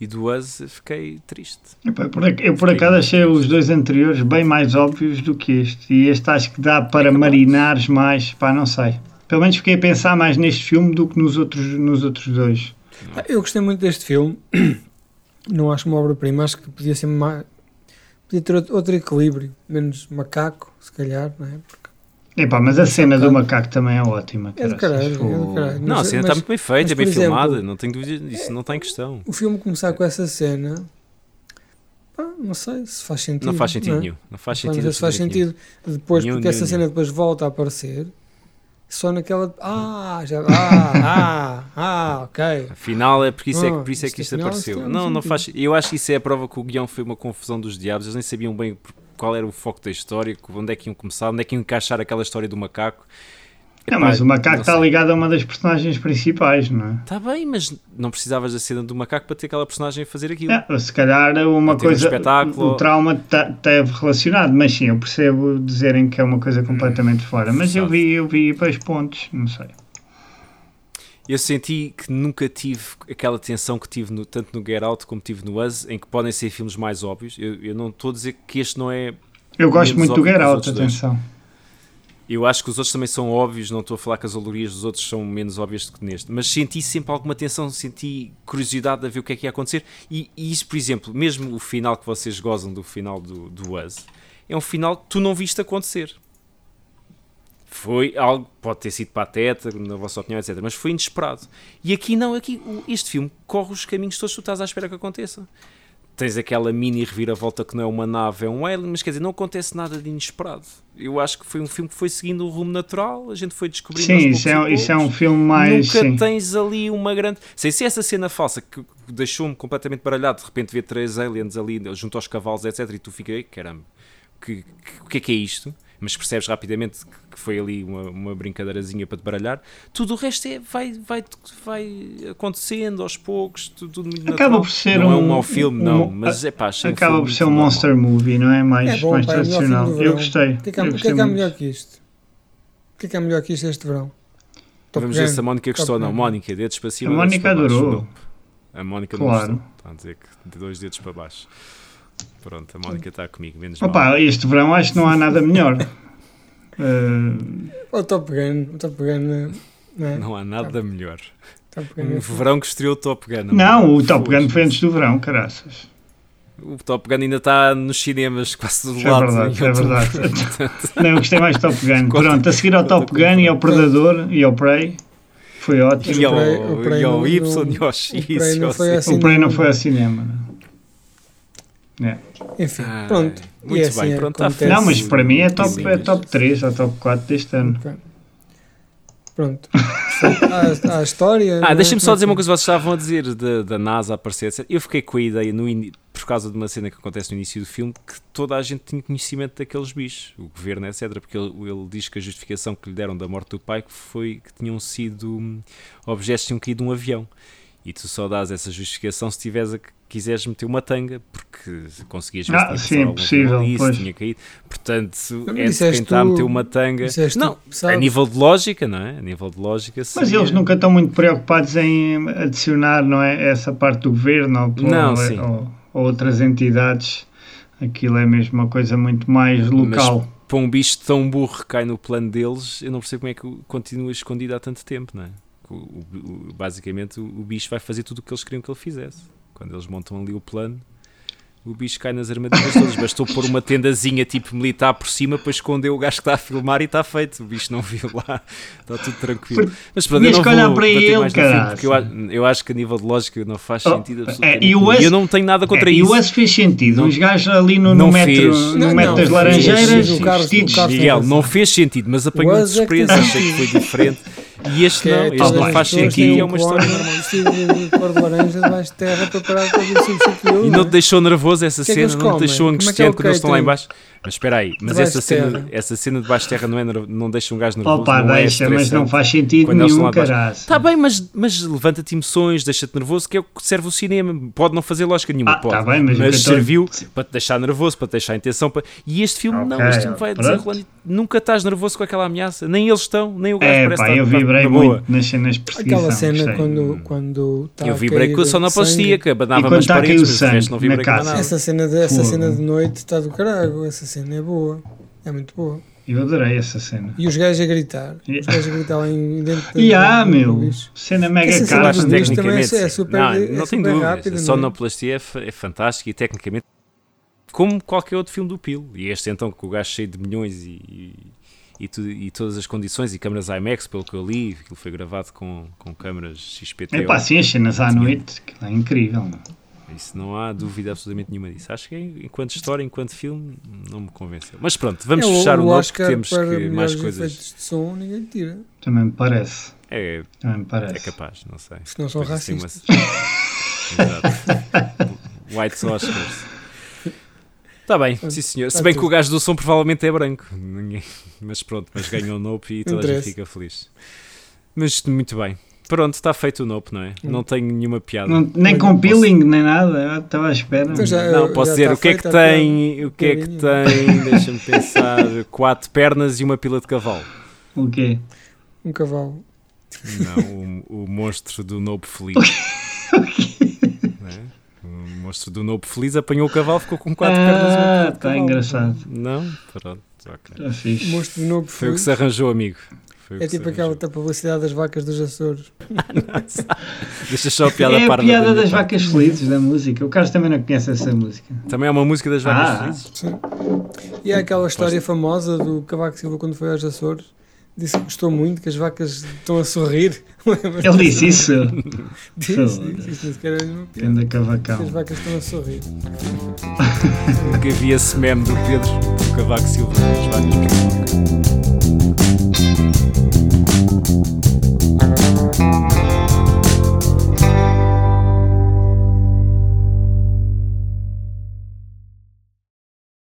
Speaker 1: e do Us, fiquei triste.
Speaker 2: Epá, por ac- Eu por acaso achei os dois anteriores bem mais óbvios do que este. E este acho que dá para marinares mais, pá, não sei. Pelo menos fiquei a pensar mais neste filme do que nos outros, nos outros dois.
Speaker 3: Ah, Eu gostei muito deste filme. Não acho uma obra-prima. Acho que podia ser mais. Podia ter outro- outro equilíbrio. Menos macaco, se calhar, não é? Porque
Speaker 2: Epá, mas
Speaker 1: é
Speaker 2: a cena do
Speaker 3: caralho.
Speaker 2: macaco também é ótima.
Speaker 3: É do
Speaker 2: caraças.
Speaker 3: caralho, é do
Speaker 2: Fogo.
Speaker 3: caralho.
Speaker 1: assim não, a
Speaker 3: Mas-
Speaker 1: cena
Speaker 3: mas
Speaker 1: está muito bem feita,
Speaker 3: mas,
Speaker 1: é bem
Speaker 3: por exemplo,
Speaker 1: filmada, não tenho dúvida, isso não está em questão.
Speaker 3: O filme começar com essa cena. pá, não sei se faz sentido.
Speaker 1: Não faz sentido
Speaker 3: é?
Speaker 1: nenhum, não faz
Speaker 3: Vamos
Speaker 1: sentido.
Speaker 3: ver se faz
Speaker 1: absolutamente
Speaker 3: sentido. Depois,
Speaker 1: Nenhum,
Speaker 3: porque essa
Speaker 1: nenhum,
Speaker 3: cena depois volta a aparecer. Só naquela. Ah, já. Ah, ah, ah, ok.
Speaker 1: Afinal, é porque isso é que,
Speaker 3: Ah,
Speaker 1: por isso é que isto
Speaker 3: isto afinal,
Speaker 1: apareceu.
Speaker 3: isto é um
Speaker 1: Não, não
Speaker 3: sentido.
Speaker 1: faz. Eu acho que isso é a prova que o guião foi uma confusão dos diabos. Eles nem sabiam bem qual era o foco da história, onde é que iam começar, onde é que iam encaixar aquela história do macaco.
Speaker 2: Não,
Speaker 1: Epá,
Speaker 2: mas o macaco tá
Speaker 1: não
Speaker 2: está
Speaker 1: sei.
Speaker 2: ligado a uma das personagens principais, não é?
Speaker 1: Está bem, mas não precisavas da cena do macaco para ter aquela personagem a fazer aquilo.
Speaker 2: É, se calhar uma
Speaker 1: Ou ter um
Speaker 2: coisa.
Speaker 1: espetáculo.
Speaker 2: o trauma está relacionado, mas sim, eu percebo dizerem que é uma coisa completamente
Speaker 1: Hum,
Speaker 2: fora. Mas eu vi, eu vi dois pontos, não sei.
Speaker 1: Eu senti que nunca tive aquela tensão que tive no- tanto no Get Out como tive no Us, em que podem ser filmes mais óbvios. Eu, eu não estou a dizer que este não é
Speaker 2: Eu gosto
Speaker 1: Menos
Speaker 2: muito do
Speaker 1: óbvio que
Speaker 2: Get
Speaker 1: os
Speaker 2: Out,
Speaker 1: outros dois.
Speaker 2: atenção.
Speaker 1: Eu acho que os outros também são óbvios, não estou a falar que as alegorias dos outros são menos óbvias do que neste, mas senti sempre alguma tensão, senti curiosidade a ver o que é que ia acontecer. E, e isso, por exemplo, mesmo o final que vocês gozam do final do, do Us, é um final que tu não viste acontecer. Foi algo, pode ter sido pateta, na vossa opinião, etc. Mas foi inesperado. E aqui não, aqui o- este filme corre os caminhos todos que tu estás à espera que aconteça. Tens aquela mini reviravolta que não é uma nave, é um alien, mas quer dizer, não acontece nada de inesperado. Eu acho que foi um filme que foi seguindo o rumo natural, a gente foi descobrindo aos
Speaker 2: Sim,
Speaker 1: poucos
Speaker 2: isso
Speaker 1: e
Speaker 2: é, isso é
Speaker 1: poucos.
Speaker 2: um filme mais.
Speaker 1: Nunca
Speaker 2: Sim.
Speaker 1: tens ali uma grande. Sei se essa cena falsa que que deixou-me completamente baralhado, de repente ver três aliens ali junto aos cavalos, etc. E tu fica, "Ei, caramba, que- que- o que é que é isto? Mas percebes rapidamente que- que foi ali uma, uma brincadeirazinha para te baralhar. Tudo o resto é, vai, vai, vai acontecendo aos poucos, tudo, tudo muito
Speaker 2: Acaba
Speaker 1: natural.
Speaker 2: por ser
Speaker 1: não é
Speaker 2: um-
Speaker 1: um mau filme,
Speaker 2: um-
Speaker 1: não,
Speaker 2: um-
Speaker 1: mas é pá, achei um
Speaker 2: Acaba
Speaker 1: filme
Speaker 2: por ser um
Speaker 1: muito normal.
Speaker 2: monster movie, não é? Mais,
Speaker 3: É bom,
Speaker 2: mais
Speaker 3: pá, é o melhor filme do
Speaker 2: tradicional.
Speaker 3: verão.
Speaker 2: Eu gostei.
Speaker 3: O que é que há,
Speaker 2: eu
Speaker 3: o que é
Speaker 2: gostei
Speaker 3: que há
Speaker 2: muito.
Speaker 3: melhor que isto? O que é que há melhor que isto este verão? Top
Speaker 1: Vamos
Speaker 3: Gun.
Speaker 1: ver se a Mónica gostou ou não.
Speaker 3: Gun.
Speaker 1: Mónica, dedos para cima.
Speaker 2: A
Speaker 1: dedos
Speaker 2: Mónica
Speaker 1: para baixo.
Speaker 2: adorou.
Speaker 1: Nope. A Mónica
Speaker 2: Claro.
Speaker 1: não gostou. Está a dizer que de dois dedos para baixo. Pronto, a Mónica está comigo, menos mal.
Speaker 2: Opa, este verão acho que não há nada melhor. Eh,
Speaker 3: O Top Gun, o Top Gun, né? não é?
Speaker 1: Não há nada melhor.
Speaker 3: Top Gun
Speaker 1: Um
Speaker 3: é-
Speaker 1: verão que estreou o Top Gun.
Speaker 2: não, o
Speaker 1: Fogo.
Speaker 2: Top Gun foi antes do verão, caraças.
Speaker 1: O Top Gun ainda está nos cinemas quase do
Speaker 2: É
Speaker 1: lado. Então,
Speaker 2: verdade,
Speaker 1: em
Speaker 2: é
Speaker 1: outubro.
Speaker 2: verdade. Não, eu gostei mais do Top Gun.
Speaker 1: Conta-
Speaker 2: Pronto, a seguir ao
Speaker 1: conta
Speaker 2: Top
Speaker 1: com
Speaker 2: Gun
Speaker 1: o
Speaker 2: e ao Predador e ao Prey. Foi
Speaker 1: E
Speaker 2: ótimo.
Speaker 1: ao,
Speaker 3: Prey- o Prey
Speaker 1: e ao
Speaker 3: não-
Speaker 1: Y,
Speaker 3: não-
Speaker 1: e ao
Speaker 3: o
Speaker 1: X,
Speaker 3: Prey
Speaker 1: e
Speaker 3: não
Speaker 1: ao
Speaker 3: foi
Speaker 1: Z.
Speaker 3: assim.
Speaker 2: O Prey não foi ao cinema. não.
Speaker 3: Enfim,
Speaker 1: Ai,
Speaker 3: pronto.
Speaker 1: Ah, muito
Speaker 3: E
Speaker 1: bem,
Speaker 3: assim é,
Speaker 1: pronto, está
Speaker 3: acontece.
Speaker 1: feito.
Speaker 2: Não, mas para mim é top, é
Speaker 1: Coisinhas.
Speaker 2: top 3 ou top 4 deste ano.
Speaker 3: Ok. Pronto. Há, há a história. né?
Speaker 1: Ah, deixem-me só dizer uma
Speaker 3: coisa.
Speaker 1: coisa que vocês estavam a dizer da, da NASA aparecer. etc. Eu fiquei com a ideia, no ini- por causa de uma cena que acontece no início do filme, que toda a gente tinha conhecimento daqueles bichos, o governo, etc. Porque ele, ele diz que a justificação que lhe deram da morte do pai que foi que tinham sido hum, objetos que tinham caído de um avião. E tu só dás essa justificação se tiveres a, quiseres meter uma tanga, porque conseguias ver
Speaker 2: Ah,
Speaker 1: se tinha
Speaker 2: sim,
Speaker 1: passado algum
Speaker 2: possível,
Speaker 1: avião ali, se
Speaker 2: pois.
Speaker 1: tinha caído. Portanto,
Speaker 3: Mas
Speaker 1: é de quem
Speaker 3: disseste
Speaker 1: está a
Speaker 3: tu-
Speaker 1: meter uma tanga.
Speaker 3: disseste tu,
Speaker 1: Não, é a
Speaker 3: sabes?
Speaker 1: nível de lógica, não é? A nível de lógica.
Speaker 2: Mas
Speaker 1: seria-
Speaker 2: eles nunca estão muito preocupados em adicionar, não é? Essa parte do governo ou,
Speaker 1: Não,
Speaker 2: ou-
Speaker 1: sim.
Speaker 2: ou- ou outras entidades. Aquilo é mesmo uma coisa muito mais local.
Speaker 1: Mas para um bicho tão burro que cai no plano deles, eu não percebo como é que continua escondido há tanto tempo, não é? Porque o- o- o- basicamente o o bicho vai fazer tudo o que eles queriam que ele fizesse. Quando eles montam ali o plano, o bicho cai nas armadilhas todas. Bastou pôr uma tendazinha tipo militar por cima para esconder o gajo que está a filmar e está feito. O bicho não viu lá, está tudo tranquilo. Mas pronto, eu
Speaker 2: Tinhas
Speaker 1: não
Speaker 2: que
Speaker 1: vou
Speaker 2: olhar para
Speaker 1: bater
Speaker 2: ele,
Speaker 1: mais no filme,
Speaker 2: caraca.
Speaker 1: porque eu, a- eu acho que a nível de lógica não faz
Speaker 2: Oh,
Speaker 1: sentido
Speaker 2: é,
Speaker 1: absolutamente.
Speaker 2: e o
Speaker 1: nenhum. E
Speaker 2: Wes-
Speaker 1: eu não tenho nada contra
Speaker 2: É, E
Speaker 1: isso.
Speaker 2: o S fez sentido.
Speaker 1: Não-
Speaker 2: Os gajos ali no,
Speaker 1: não
Speaker 2: no metro,
Speaker 1: fez.
Speaker 2: no
Speaker 3: Não,
Speaker 2: metro
Speaker 3: não,
Speaker 2: das
Speaker 3: fez.
Speaker 2: laranjeiras,
Speaker 3: O Carlos- o
Speaker 2: vestidos.
Speaker 3: Carlos-
Speaker 1: Miguel,
Speaker 3: tem
Speaker 1: não
Speaker 3: razão.
Speaker 1: fez sentido, mas apanhou de
Speaker 3: Wes é que tem
Speaker 1: surpresa, achei que foi
Speaker 3: sentido.
Speaker 1: diferente. E este não,
Speaker 3: todas
Speaker 1: este não
Speaker 2: bem.
Speaker 3: as
Speaker 1: faz
Speaker 3: pessoas
Speaker 1: sentido e
Speaker 3: têm
Speaker 1: é
Speaker 3: um
Speaker 1: uma
Speaker 3: colar
Speaker 1: história.
Speaker 3: normal, vestido de de cor de laranja debaixo de terra para parar para ver se substituiu.
Speaker 1: E não te deixou nervoso essa
Speaker 3: Que é que
Speaker 1: cena,
Speaker 3: eles
Speaker 1: não te
Speaker 3: comem?
Speaker 1: deixou
Speaker 3: Como é que é
Speaker 1: angustiante
Speaker 3: o
Speaker 1: quando eles estão lá em
Speaker 3: catering?
Speaker 1: baixo. Mas espera aí, mas
Speaker 3: Debaixo
Speaker 1: essa
Speaker 3: de
Speaker 1: cena,
Speaker 3: terra.
Speaker 1: essa cena de baixo de terra não, é, nerv- não deixa um gajo nervoso.
Speaker 2: Opa,
Speaker 1: não é
Speaker 2: deixa, mas não
Speaker 1: estressante.
Speaker 2: faz sentido
Speaker 1: Quando eles estão
Speaker 2: nenhum,
Speaker 1: lá atrás.
Speaker 2: caralho.
Speaker 1: Tá bem, mas, mas levanta-te emoções, deixa-te nervoso, que é o que serve o cinema. Pode não fazer lógica nenhuma,
Speaker 2: Ah,
Speaker 1: pode.
Speaker 2: tá bem, mas o que eu tô-
Speaker 1: serviu para te deixar nervoso, para te deixar intenção. Para... E este filme não,
Speaker 2: Ok,
Speaker 1: este filme vai
Speaker 2: pronto.
Speaker 1: desenrolando. e Nunca estás nervoso com aquela ameaça. Nem eles estão, nem o gajo
Speaker 2: É,
Speaker 1: parece
Speaker 2: pá,
Speaker 1: estar-
Speaker 2: eu
Speaker 1: estar
Speaker 2: vibrei
Speaker 1: na boa.
Speaker 2: muito nas cenas de perseguição.
Speaker 3: Aquela cena
Speaker 2: gostei.
Speaker 3: quando, quando tá
Speaker 1: Eu
Speaker 3: a
Speaker 1: vibrei
Speaker 3: cair
Speaker 1: com a sonoplastia,
Speaker 3: sangue.
Speaker 1: que abanava
Speaker 2: E quando
Speaker 1: mais
Speaker 2: tá a cair
Speaker 1: paredes,
Speaker 2: o
Speaker 1: mas o resto
Speaker 2: sangue
Speaker 1: não vibrei
Speaker 2: na
Speaker 1: com mais
Speaker 2: casa.
Speaker 1: nada.
Speaker 3: Essa cena, de, essa
Speaker 2: Fogo.
Speaker 3: cena de noite está do caralho. Essa cena é boa. É muito boa.
Speaker 2: Eu adorei essa cena.
Speaker 3: E os gajos a gritar. Os
Speaker 2: Yeah.
Speaker 3: gajos a gritar lá em, dentro
Speaker 2: E há,
Speaker 3: do- do
Speaker 2: meu,
Speaker 3: bicho.
Speaker 2: cena
Speaker 3: Essa
Speaker 2: mega
Speaker 3: cena
Speaker 2: cara.
Speaker 3: dos
Speaker 2: meu.
Speaker 3: bichos também é- é super-
Speaker 1: não,
Speaker 3: é
Speaker 1: não tem
Speaker 3: super
Speaker 1: dúvidas.
Speaker 3: rápido,
Speaker 1: a
Speaker 3: não é?
Speaker 1: sonoplastia é, fa- é fantástica e tecnicamente como qualquer outro filme do Pilo. E este então com o gajo cheio de milhões e, e, e tudo- e todas as condições e câmaras IMAX, pelo que eu li, aquilo foi gravado com, com câmaras XPTO.
Speaker 2: É pá, sim, as cenas à noite, que é incrível, não.
Speaker 1: Isso não há dúvida absolutamente nenhuma disso. Acho que enquanto história, enquanto filme, não me convenceu. Mas pronto, vamos
Speaker 3: É,
Speaker 1: fechar o, nosso
Speaker 3: Oscar
Speaker 1: porque temos
Speaker 3: para
Speaker 1: que mais
Speaker 3: melhores
Speaker 1: coisas.
Speaker 3: efeitos de som ninguém tira.
Speaker 2: Também me parece.
Speaker 1: É,
Speaker 2: Também me
Speaker 1: é
Speaker 2: parece.
Speaker 1: capaz, não sei.
Speaker 3: Porque não são
Speaker 1: Pois isso tem uma-
Speaker 3: racistas.
Speaker 1: Exato. White Oscars. Está bem, sim senhor. Se
Speaker 3: tá
Speaker 1: bem que
Speaker 3: tudo.
Speaker 1: o gajo do som provavelmente é branco. Ninguém- Mas pronto, mas ganhou o Nope e toda a gente
Speaker 3: Interessa.
Speaker 1: fica feliz. Mas muito bem. Pronto, está feito o Nope, não é?
Speaker 3: Hum.
Speaker 1: Não tenho nenhuma piada.
Speaker 2: Não- nem
Speaker 3: Olha,
Speaker 2: com peeling, nem nada. Eu Estava à espera.
Speaker 3: Então já-
Speaker 1: Não,
Speaker 3: já
Speaker 1: posso dizer
Speaker 3: tá
Speaker 1: o que é que
Speaker 3: feito, tá
Speaker 1: tem, o que é que
Speaker 3: piadinha.
Speaker 1: tem, deixa-me pensar, quatro pernas e uma pila de cavalo.
Speaker 2: O quê?
Speaker 3: Um cavalo.
Speaker 1: Não, o, o monstro do Nope Feliz. Não é? O monstro do Nope Feliz apanhou o cavalo, ficou com quatro pernas e uma pila
Speaker 2: Ah,
Speaker 1: de
Speaker 3: é?
Speaker 2: está
Speaker 1: cavalo.
Speaker 2: engraçado.
Speaker 1: Não? Pronto, ok.
Speaker 2: Está fixe.
Speaker 3: Um Monstro de novo.
Speaker 1: Foi o que
Speaker 3: feliz.
Speaker 1: se arranjou, amigo. Foi o
Speaker 3: É
Speaker 1: que se
Speaker 3: tipo aquela
Speaker 1: arranjou.
Speaker 3: da publicidade das vacas dos Açores.
Speaker 1: Deixa só a piada
Speaker 2: É a
Speaker 1: parda
Speaker 2: piada
Speaker 1: da
Speaker 2: das
Speaker 1: minha parte.
Speaker 2: vacas felizes da música. O Carlos também não conhece essa música.
Speaker 1: Também é uma música das vacas
Speaker 2: Ah.
Speaker 1: felizes.
Speaker 3: E há aquela história famosa do Cavaco Silva quando foi aos Açores. Disse que gostou muito, que as vacas estão a sorrir.
Speaker 2: Ele disse isso.
Speaker 3: Disse, disse, isso nem sequer era nenhuma piada.
Speaker 2: Tenda
Speaker 3: Que as
Speaker 2: cavacão.
Speaker 3: vacas estão a sorrir.
Speaker 1: Nunca vi esse meme do Pedro do Cavaco Silva das vacas.